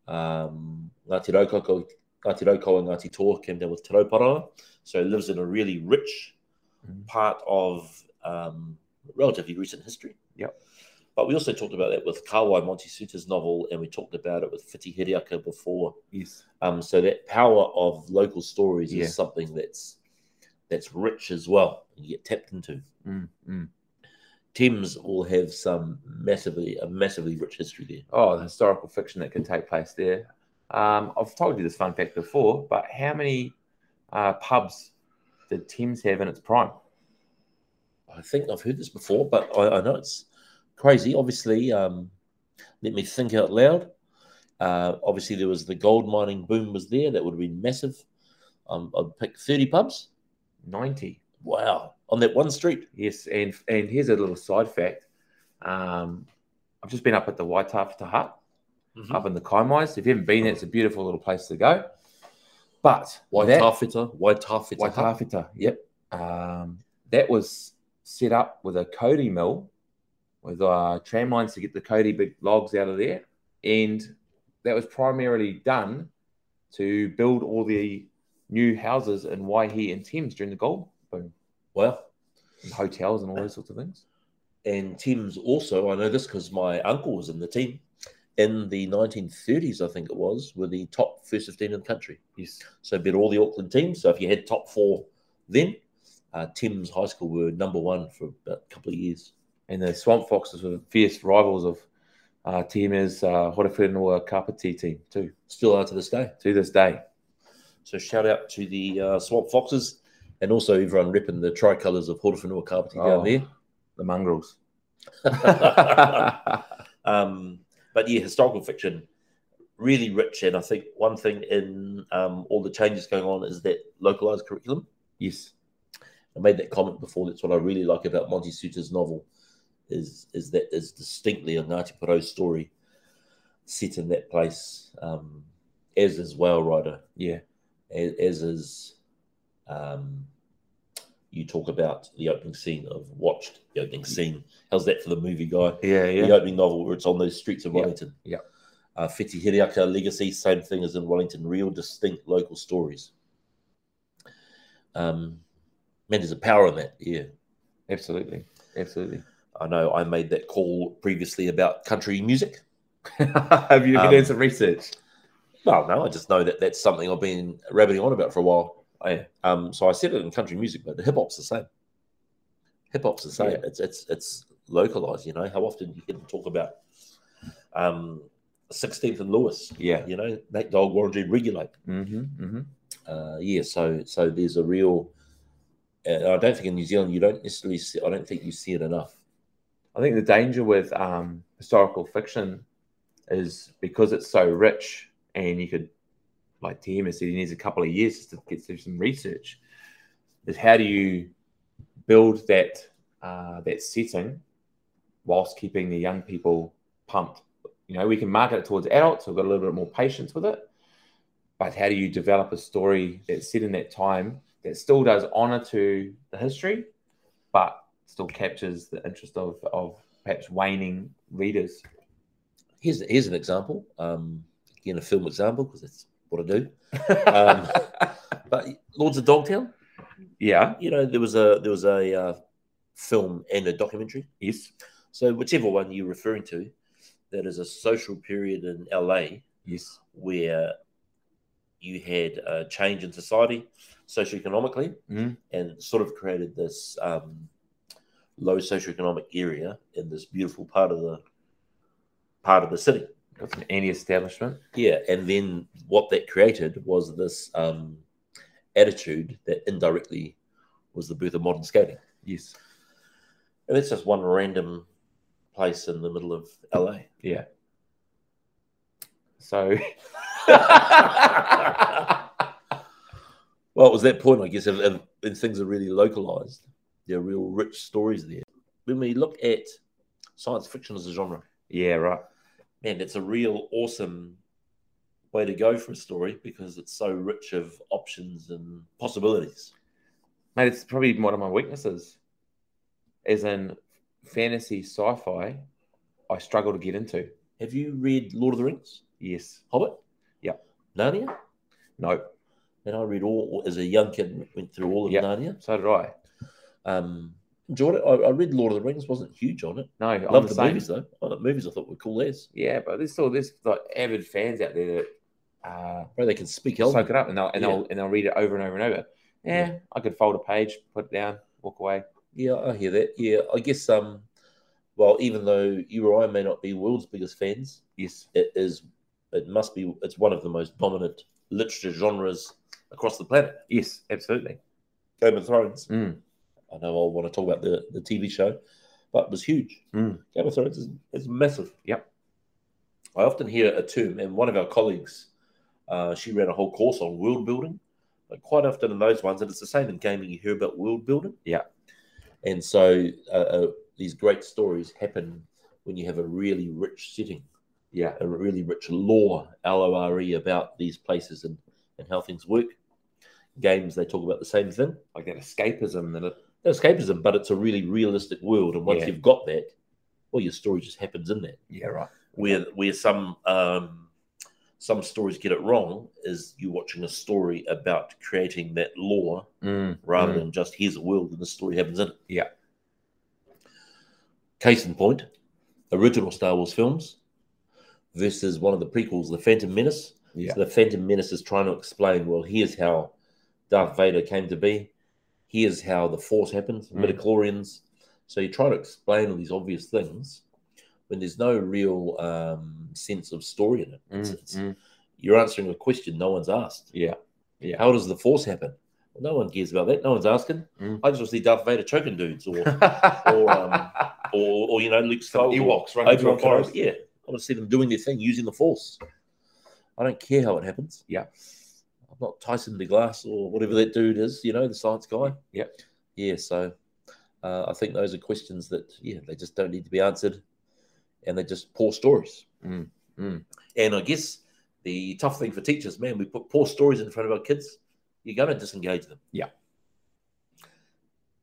S1: um, Ngāti Raukoko, Ngāti Rauko and Ngāti Toa came down with Te Rauparanga. So it lives in a really rich
S2: Mhm.
S1: part of um, relatively recent history.
S2: Yep.
S1: But we also talked about that with Kawai Montesuta's novel, and we talked about it with Fiti Hiriaka before.
S2: Yes.
S1: Um, so that power of local stories
S2: Yeah.
S1: is something that's that's rich as well. You get tapped into.
S2: Mm, mm.
S1: Thames will have some massively a massively rich history there.
S2: Oh, the historical fiction that could take place there. Um, I've told you this fun fact before, but how many uh, pubs did Thames have in its prime?
S1: I think I've heard this before, but I, I know it's crazy. Obviously, um, let me think out loud. Uh, obviously, there was the gold mining boom was there. That would have been massive. Um, I'd pick 30 pubs.
S2: 90.
S1: Wow. On that one street.
S2: Yes, and and here's a little side fact. Um, I've just been up at the Waitafata Hut up in the Kaimais. If you haven't been there, it's a beautiful little place to go. But that-
S1: Waitafita. Waitafita. Hut.
S2: Waitafita, yep. Um, that was set up with a Cody mill with uh, tram lines to get the Cody big logs out of there. And that was primarily done to build all the new houses in Waihi and Thames during the gold boom,
S1: Wow.
S2: and hotels and all those sorts of things.
S1: And Tim's also, I know this because my uncle was in the team in the 1930s, I think it was, were the top first 15 in the country.
S2: Yes.
S1: So beat all the Auckland teams. So if you had top four then, uh, Tim's High School were number one for about a couple of years.
S2: And the Swamp Foxes were fierce rivals of uh, Thames uh, Horowhenua Kapiti team too,
S1: Still are to this day.
S2: to this day.
S1: So shout out to the uh, Swamp Foxes and also everyone repping the tricolours of Horowhenua Kapiti
S2: Oh.
S1: down there.
S2: The mongrels. <laughs> Oh.
S1: <laughs> Um, but yeah, historical fiction really rich, and I think one thing in um, all the changes going on is that localized curriculum.
S2: yes.
S1: I made that comment before. That's what I really like about Monty Suter's novel, is is that is distinctly a Ngāti Porou story set in that place, um, as is Whale Rider,
S2: Yeah.
S1: as, as is. Um, you talk about the opening scene of Watched, the opening scene. How's that for the movie guy?
S2: Yeah,
S1: the opening novel where it's on the streets of
S2: Yeah,
S1: Wellington.
S2: yeah.
S1: Uh, Fiti Hiriaka Legacy, same thing as in Wellington, real distinct local stories. Um, man, there's a power in that. Yeah.
S2: Absolutely. Absolutely.
S1: I know I made that call previously about country music.
S2: <laughs> Have you
S1: Um,
S2: done some research?
S1: Well, no, I just know that that's something I've been rabbiting on about for a while.
S2: Oh, yeah.
S1: Um, so I said it in country music, but hip hop's the same. Hip hop's the same.
S2: Yeah.
S1: It's it's it's localized. You know how often you can talk about um, 16th and Lewis.
S2: Yeah.
S1: you know that dog warrant to regulate
S2: Mm-hmm, mm-hmm.
S1: uh yeah so so there's a real and i don't think in new zealand you don't necessarily see i don't think you see it enough
S2: I think the danger with um, historical fiction is because it's so rich and you could, like Tim has said, he needs a couple of years just to get through some research. Is how do you build that uh, that setting whilst keeping the young people pumped? You know, we can market it towards adults. We've got a little bit more patience with it, but how do you develop a story that's set in that time that still does honor to the history, but still captures the interest of, of perhaps waning readers.
S1: here's here's an example um again a film example because that's what i do
S2: Um,
S1: but lords of dogtown
S2: yeah.
S1: Uh, you know there was a there was a uh, film and a documentary
S2: Yes.
S1: so whichever one you're referring to that is a social period in la
S2: Yes.
S1: where you had a change in society socioeconomically
S2: Mm.
S1: and sort of created this um, low socioeconomic area in this beautiful part of the part of the city
S2: Got some anti-establishment.
S1: yeah and then what that created was this um, attitude that indirectly was the birth of modern skating
S2: Yes.
S1: and that's just one random place in the middle of la
S2: Yeah. So. <laughs>
S1: Well, it was that point, I guess, if, if, if things are really localized, there are real rich stories there. When we look at science fiction as a genre,
S2: yeah. Right.
S1: man, it's a real awesome way to go for a story because it's so rich of options and possibilities.
S2: Mate, it's probably one of my weaknesses. As in fantasy sci-fi, I struggle to get into.
S1: Have you read Lord of the Rings,
S2: Yes.
S1: Hobbit?
S2: Yeah.
S1: Narnia?
S2: No.
S1: And I read all, as a young kid, went through all of
S2: Yeah.
S1: Narnia.
S2: So did I.
S1: Um, enjoyed it. I, I read Lord of the Rings, wasn't huge on it.
S2: No,
S1: I
S2: I'm
S1: Loved the,
S2: the same.
S1: movies though. Oh, the movies I thought were cool as.
S2: Yeah, but there's still there's like avid fans out there that uh,
S1: Bro, they can speak
S2: they'll
S1: Elven.
S2: soak it up and they'll and
S1: Yeah.
S2: they'll and they'll read it over and over and over. Yeah, I could fold a page, put it down, walk away.
S1: Yeah, I hear that. Yeah, I guess. Um, well, even though you or I may not be world's biggest fans,
S2: Yes,
S1: it is. It must be. It's one of the most dominant literature genres across the planet.
S2: yes, absolutely.
S1: Game of Thrones.
S2: Mm.
S1: I know I'll want to talk about the, the TV show, but it was huge.
S2: Mm.
S1: Game of Thrones is, is massive.
S2: Yep.
S1: I often hear a term, and one of our colleagues, uh, she ran a whole course on world building. But quite often in those ones, and it's the same in gaming, you hear about world building.
S2: Yeah.
S1: And so uh, uh, these great stories happen when you have a really rich setting,
S2: Yeah,
S1: a really rich lore, L O R E, about these places and, and how things work. Games, they talk about the same thing
S2: like that escapism that it,
S1: escapism, but it's a really realistic world. And once
S2: Yeah.
S1: you've got that, well, your story just happens in that.
S2: yeah, right.
S1: Where where some um, some stories get it wrong is you're watching a story about creating that lore
S2: Mm.
S1: rather
S2: Mm.
S1: than just here's a world and the story happens in it.
S2: Yeah.
S1: Case in point, original Star Wars films versus one of the prequels, The Phantom Menace.
S2: Yeah.
S1: So the Phantom Menace is trying to explain, well, here's how Darth Vader came to be. Here's how the Force happens,
S2: Mm.
S1: midichlorians. So you're trying to explain all these obvious things when there's no real um, sense of story in it. It's,
S2: Mm,
S1: it's,
S2: mm.
S1: You're answering a question no one's asked.
S2: Yeah. Yeah.
S1: How does the Force happen? Well, no one cares about that. No one's asking.
S2: Mm.
S1: I just want to see Darth Vader choking dudes or,
S2: <laughs>
S1: or, um, or, or you know, Luke Skywalker.
S2: Ewoks running through a
S1: Obi-Wan
S2: forest.
S1: Kenobi, Yeah, I want to see them doing their thing using the Force. I don't care how it happens.
S2: Yeah.
S1: I'm not Tyson DeGlass or whatever that dude is. You know, the science guy.
S2: Yeah.
S1: Yeah. So uh, I think those are questions that yeah they just don't need to be answered, and they're just poor stories.
S2: Mm, mm.
S1: And I guess the tough thing for teachers, man, we put poor stories in front of our kids. You're going to disengage them.
S2: Yeah.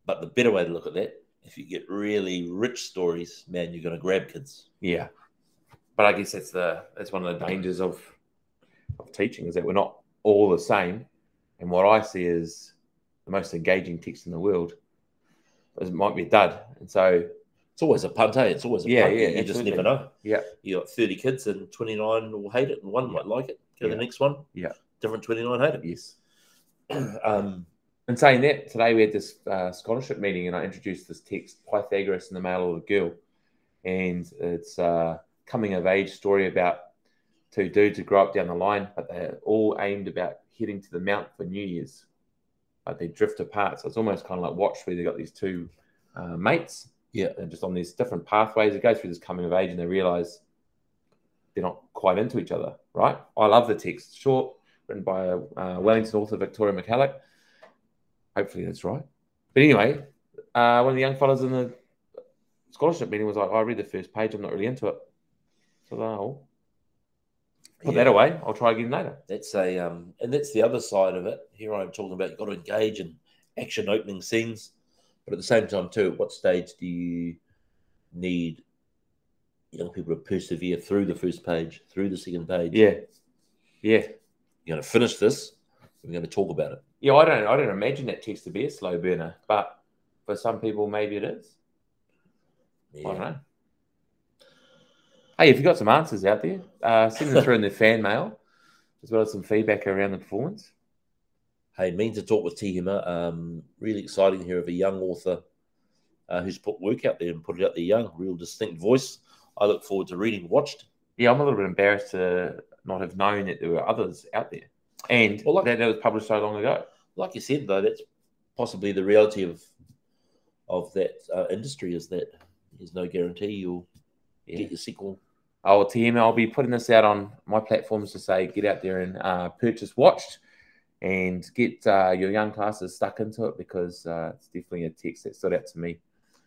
S1: But the better way to look at that, if you get really rich stories, man, you're going to grab kids.
S2: Yeah, but I guess that's the that's one of the dangers of of teaching is that we're not all the same. And what I see is the most engaging text in the world is, might be a dud, and so
S1: It's always a punt, eh? It's always a
S2: Yeah,
S1: punt.
S2: yeah,
S1: you just
S2: absolutely.
S1: never know.
S2: Yeah.
S1: You got 30 kids and 29 will hate it and one might like it. Go to
S2: Yeah.
S1: the next one.
S2: Yeah.
S1: Different 29 hate it.
S2: yes.
S1: <clears throat> Um,
S2: And saying that today we had this uh, scholarship meeting, and I introduced this text Pythagoras in the Male or the Girl, and it's a coming of age story about two dudes who grow up down the line, but they're all aimed about heading to the mount for New Year's, but they drift apart. So it's almost kind of like Watch, where they got these two uh, mates,
S1: Yeah.
S2: and just on these different pathways. They go through this coming of age, and they realize they're not quite into each other, right? I love the text, short, written by a uh, Wellington author Victoria McCulloch. Hopefully that's right. But anyway, uh, one of the young fellas in the scholarship meeting was like, "Oh, I read the first page, I'm not really into it. So they'll "Oh, put
S1: yeah,
S2: that away. I'll try again later.
S1: That's a, um, and that's the other side of it. Here I'm talking about you've got to engage in action opening scenes. But at the same time, too, at what stage do you need young people to persevere through the first page, through the second page?
S2: Yeah. Yeah.
S1: You're going to finish this. We're going to talk about it.
S2: Yeah, I don't I don't imagine that text to be a slow burner, but for some people maybe it is. I don't
S1: Yeah.
S2: know. Hey, if you've got some answers out there, uh,
S1: <laughs>
S2: send them through in the fan mail, as well as some feedback around the performance.
S1: Hey, mean to talk with T Hema. Um, really exciting here of a young author uh, who's put work out there and put it out there young, real distinct voice. I look forward to reading Watched.
S2: Yeah, I'm a little bit embarrassed to not have known that there were others out there. And
S1: Well, look-
S2: that it was published so long ago.
S1: Like you said, though, that's possibly the reality of of that uh, industry is that there's no guarantee you'll
S2: Yeah.
S1: get your sequel.
S2: I'll TM, I'll be putting this out on my platforms to say get out there and uh, purchase Watched and get uh, your young classes stuck into it because uh, it's definitely a text that stood out to me.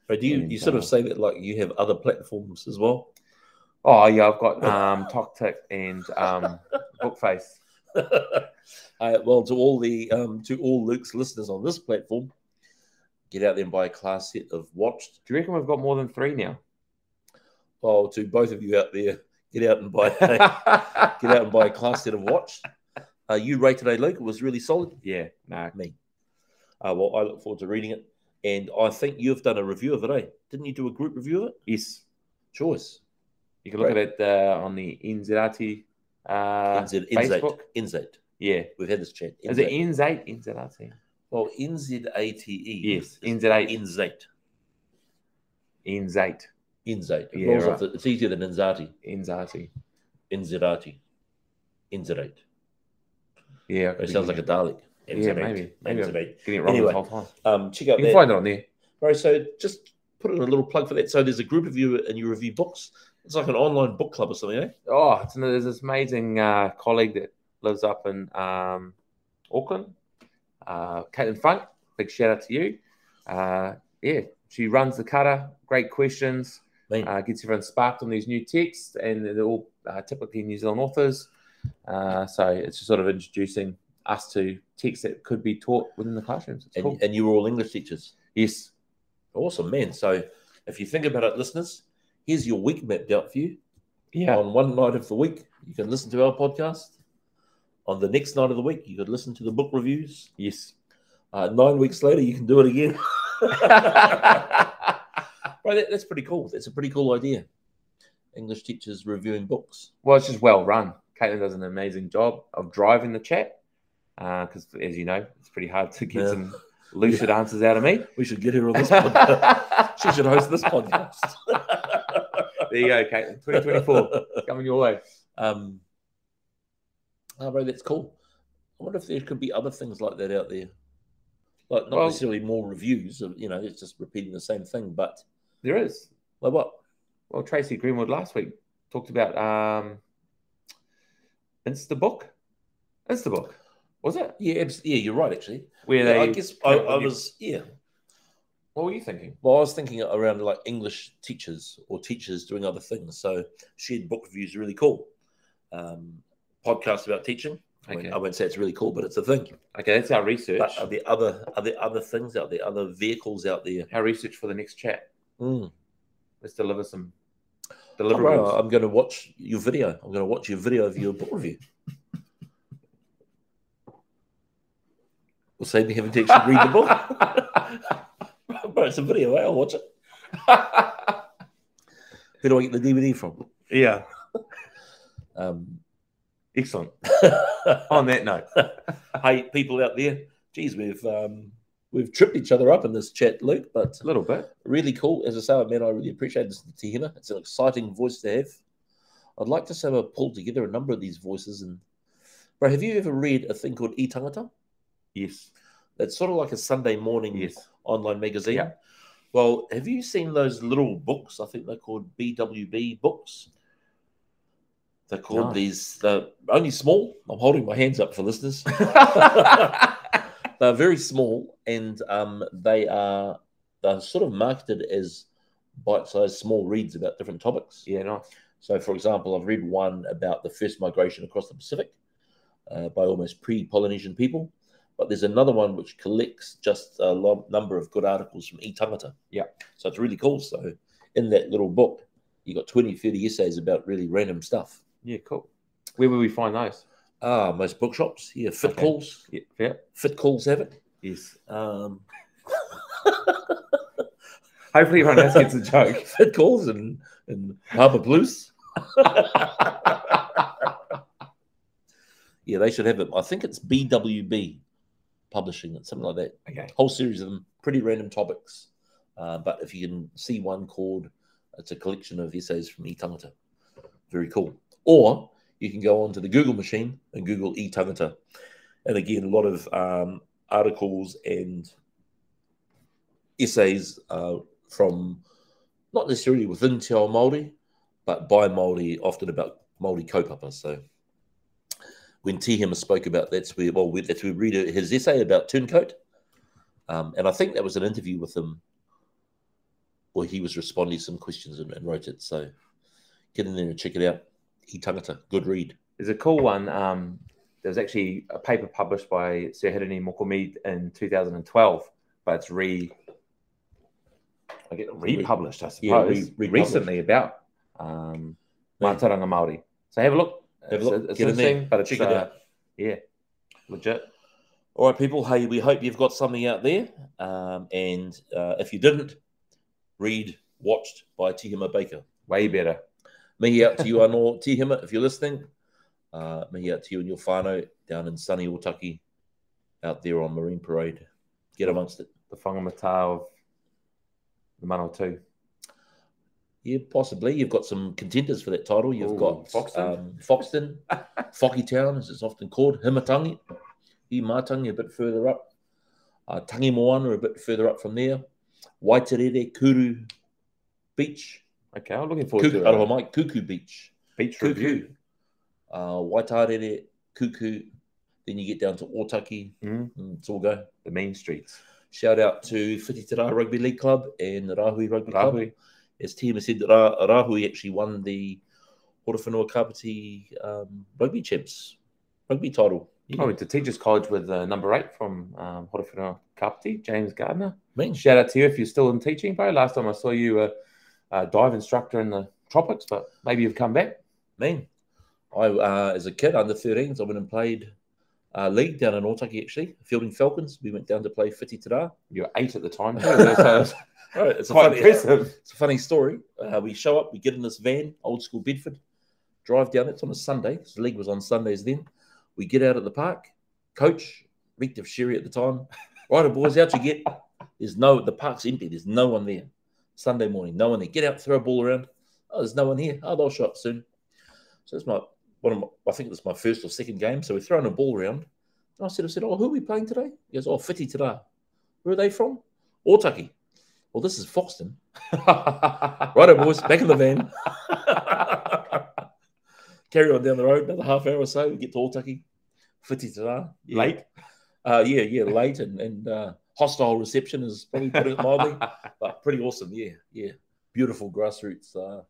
S1: But do you,
S2: And,
S1: you sort
S2: uh,
S1: of say that like you have other platforms as well? <laughs>
S2: Oh, yeah, I've got um, Toctic and um, Bookface.
S1: uh, well, to all the um, to all Luke's listeners on this platform, get out there and buy a class set of Watched.
S2: Do you reckon we've got more than three now?
S1: Well, to both of you out there, <laughs> get out and buy <laughs> a, get out and buy a class set of watch. Uh, you rated a Luke. It was really solid.
S2: Yeah, no.
S1: Uh, well, I look forward to reading it. And I think you've done a review of it, eh? Didn't you do a group review of it?
S2: Yes.
S1: Choice.
S2: You can look
S1: Right.
S2: at it uh, on the NZRT uh,
S1: NZ, NZ,
S2: Facebook.
S1: NZ.
S2: Yeah.
S1: We've had this chat.
S2: Is it NZ8? NZRT?
S1: Well, NZATE.
S2: Yes,
S1: is
S2: NZATE.
S1: NZATE.
S2: NZ8.
S1: NZATE. It
S2: Yeah,
S1: rolls
S2: right.
S1: off the- it's easier than Nzati.
S2: NZRT.
S1: Nzirati. Nzirate.
S2: Yeah.
S1: It sounds like a Dalek.
S2: Yeah,
S1: Nzirate.
S2: maybe. Maybe I'm
S1: Nzirate.
S2: getting it wrong
S1: Anyway,
S2: the whole time.
S1: Um, check out
S2: You
S1: that.
S2: can find it on there.
S1: Right, so just put in a little plug for that. So there's a group of you and you review books. It's like an online book club or something, eh?
S2: Oh, it's, there's this amazing uh, colleague that lives up in um, Auckland, uh, Caitlin Funk. Big shout out to you. Uh, yeah, she runs the cutter. Great questions.
S1: Man.
S2: Uh, gets everyone sparked on these new texts, and they're all uh, typically New Zealand authors. Uh, so it's just sort of introducing us to texts that could be taught within the classrooms. It's
S1: and,
S2: cool.
S1: and you were all English teachers.
S2: yes.
S1: Awesome, man. So if you think about it, listeners, here's your week mapped out for you.
S2: Yeah.
S1: On one night of the week, you can listen to our podcast. On the next night of the week, you could listen to the book reviews.
S2: Yes.
S1: Uh, nine weeks later, you can do it again.
S2: <laughs>
S1: right, that, that's pretty cool. That's a pretty cool idea. English teachers reviewing books.
S2: Well, it's just well run. Caitlin does an amazing job of driving the chat because, as you know, it's pretty hard to get
S1: Yeah.
S2: some lucid answers out
S1: <laughs>
S2: of me.
S1: We should get her on this
S2: <laughs>
S1: podcast. she
S2: there
S1: should host this podcast.
S2: you go, Caitlin. 2024 coming your way.
S1: Um, oh, bro, that's cool. I wonder if there could be other things like that out there. Like, not
S2: Well-
S1: necessarily more reviews, of, you know, it's just repeating the same thing, but
S2: There is.
S1: like what?
S2: Well, Tracy Greenwood last week talked about um, Instabook. Instabook was it?
S1: Yeah, abs- yeah, you're right, actually.
S2: Where
S1: Yeah,
S2: they?
S1: I guess I,
S2: came up
S1: I
S2: with-
S1: was, yeah.
S2: What were you thinking?
S1: Well, I was thinking around like English teachers or teachers doing other things. So, shared book reviews are really cool. Um, podcast about teaching. I,
S2: Okay.
S1: won't, I won't say it's really cool, but it's a thing.
S2: Okay, that's our research.
S1: But um, are there other are there other things out there, other vehicles out there?
S2: our research for the next chat.
S1: Mm.
S2: Let's deliver some
S1: Oh, bro,
S2: deliverables.
S1: I'm going to watch your video. I'm going to watch your video of <laughs> your book review. Will save me having to actually read the book. <laughs> bro, it's a video. eh? I'll watch it.
S2: <laughs>
S1: <laughs> Who do I get the DVD from?
S2: yeah,
S1: Um,
S2: excellent. On that note,
S1: <laughs> hey, people out there, geez, we've um, we've tripped each other up in this chat, Luke. But
S2: a little bit.
S1: really cool. As I say, man, I really appreciate this to Hina. It's an exciting voice to have. I'd like to somehow pull together a number of these voices. And bro, have you ever read a thing called E Tangata?
S2: Yes,
S1: It's sort of like a Sunday morning
S2: yes. <laughs>
S1: online magazine.
S2: Yeah.
S1: Well, have you seen those little books? I think they're called BWB books. They're called
S2: No.
S1: these. They're only small. I'm holding my hands up for
S2: <laughs>
S1: listeners. <laughs> they're very small, and um, they are they're sort of marketed as bite-sized small reads about different topics.
S2: yeah, nice.
S1: So, for example, I've read one about the first migration across the Pacific uh, by almost pre Polynesian people. But there's another one which collects just a lo- number of good articles from E Tangata.
S2: Yeah.
S1: So it's really cool. So, in that little book, you got 20, 30 essays about really random stuff.
S2: Yeah, cool. Where will we find those?
S1: Ah, most bookshops. Yeah. Fit
S2: Okay.
S1: Calls.
S2: Yeah, yeah.
S1: Fit Calls have it.
S2: yes.
S1: Um,
S2: Hopefully, everyone else <laughs> gets
S1: <laughs>
S2: a joke.
S1: fit Calls and, and Harbour Blues. <laughs> yeah, they should have it. I think it's BWB publishing, it's something like that.
S2: Okay.
S1: whole series of them, pretty random topics. Uh, but if you can see one called, it's a collection of essays from E Tangata. Very cool. Or you can go onto the Google machine and Google E Tangata. And again, a lot of um, articles and essays uh, from not necessarily within Te Ao Māori, but by Māori, often about Māori kaupapa. So when T. Hema spoke about that's where, well, we, that's where we read his essay about turncoat. Um, and I think that was an interview with him where he was responding to some questions and, and wrote it. So get in there and check it out. He tangata, good read.
S2: There's a cool one. Um, there was actually a paper published by Sir Hidini Mokomid in 2012, but it's re, I get republished, I
S1: Yeah,
S2: suppose,
S1: re- republished.
S2: recently about um, Mātauranga Māori. So have a look.
S1: Have a look.
S2: It's, uh, it's
S1: Get in there.
S2: interesting, but it's,
S1: Check it
S2: uh,
S1: out.
S2: Yeah, legit.
S1: All right, people. Hey, we hope you've got something out there. Um, and uh, if you didn't, read Watched by Tihima Baker.
S2: Way better.
S1: Mihi out to you, Anor Tihima, if you're listening. Uh, mihi out to you and your whānau down in sunny Otaki, out there on Marine Parade. Get amongst it.
S2: The whangamata of the Manawatu. too.
S1: Yeah, possibly. You've got some contenders for that title. You've
S2: Ooh,
S1: got
S2: Foxton.
S1: Um,
S2: <laughs>
S1: Foxton, Focky Town, as it's often called, Himatangi, Himatangi a bit further up, uh, Tangi Moana a bit further up from there, Waitarere, Kuru Beach,
S2: Okay, I'm looking forward
S1: Kuku,
S2: to it.
S1: oh, my, Kuku Beach,
S2: Beach
S1: Kuku,
S2: review.
S1: uh, Waitarere, Kuku. Then you get down to Otaki,
S2: Mm.
S1: and Torgo.
S2: The mean streets.
S1: Shout out to Whititara Rugby League Club and Rahui Rugby Club
S2: Rahui.
S1: as Tim has said, Ra- Rahui actually won the Horowhenua Kapiti um, rugby champs, rugby title.
S2: I went to Teachers College with uh, number eight from um, Horowhenua Kapiti, James Gardner.
S1: Man,
S2: Shout out to you if you're still in teaching, bro. Last time I saw you were a dive instructor in the tropics, but maybe you've come back.
S1: man. I, uh, as a kid, under 13s, I went and played uh, league down in Otaki, actually, Fielding Falcons. We went down to play Whiti
S2: <laughs>
S1: Tara.
S2: You were eight at
S1: <laughs>
S2: the time. so it's
S1: Right, it's a
S2: quite
S1: funny,
S2: impressive.
S1: it's a funny story. Uh, we show up, we get in this van, old school Bedford, drive down. It's on a Sunday. 'cause The league was on Sundays then. We get out at the park. Coach, reeked of sherry at the time. Right, boys, out you get. There's no, the park's empty. There's no one there. Sunday morning, no one there. Get out, throw a ball around. Oh, there's no one here. Oh, they'll show up soon. So it's my, one of my, I think it's my first or second game. So we're throwing a ball around. And I said, I said, oh, who are we playing today? He goes, oh, Fiti Tada. Where are they from? Otaki. Well, this is Foxton. Righto, boys, back in the van. Carry on down the road, another half hour or so. We get to Alltucky, Fiti Tara.
S2: Late.
S1: Uh, yeah, yeah, late and, and uh, hostile reception is <laughs> probably putting it mildly, but pretty awesome. Yeah, yeah. Beautiful grassroots uh,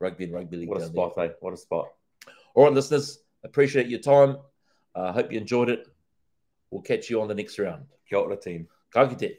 S1: rugby and rugby league.
S2: <laughs> What a
S1: down
S2: spot, eh? What a spot.
S1: There. All right, listeners, appreciate your time. uh, hope you enjoyed it. We'll catch you on the next round.
S2: Kia ora team.
S1: Kakite.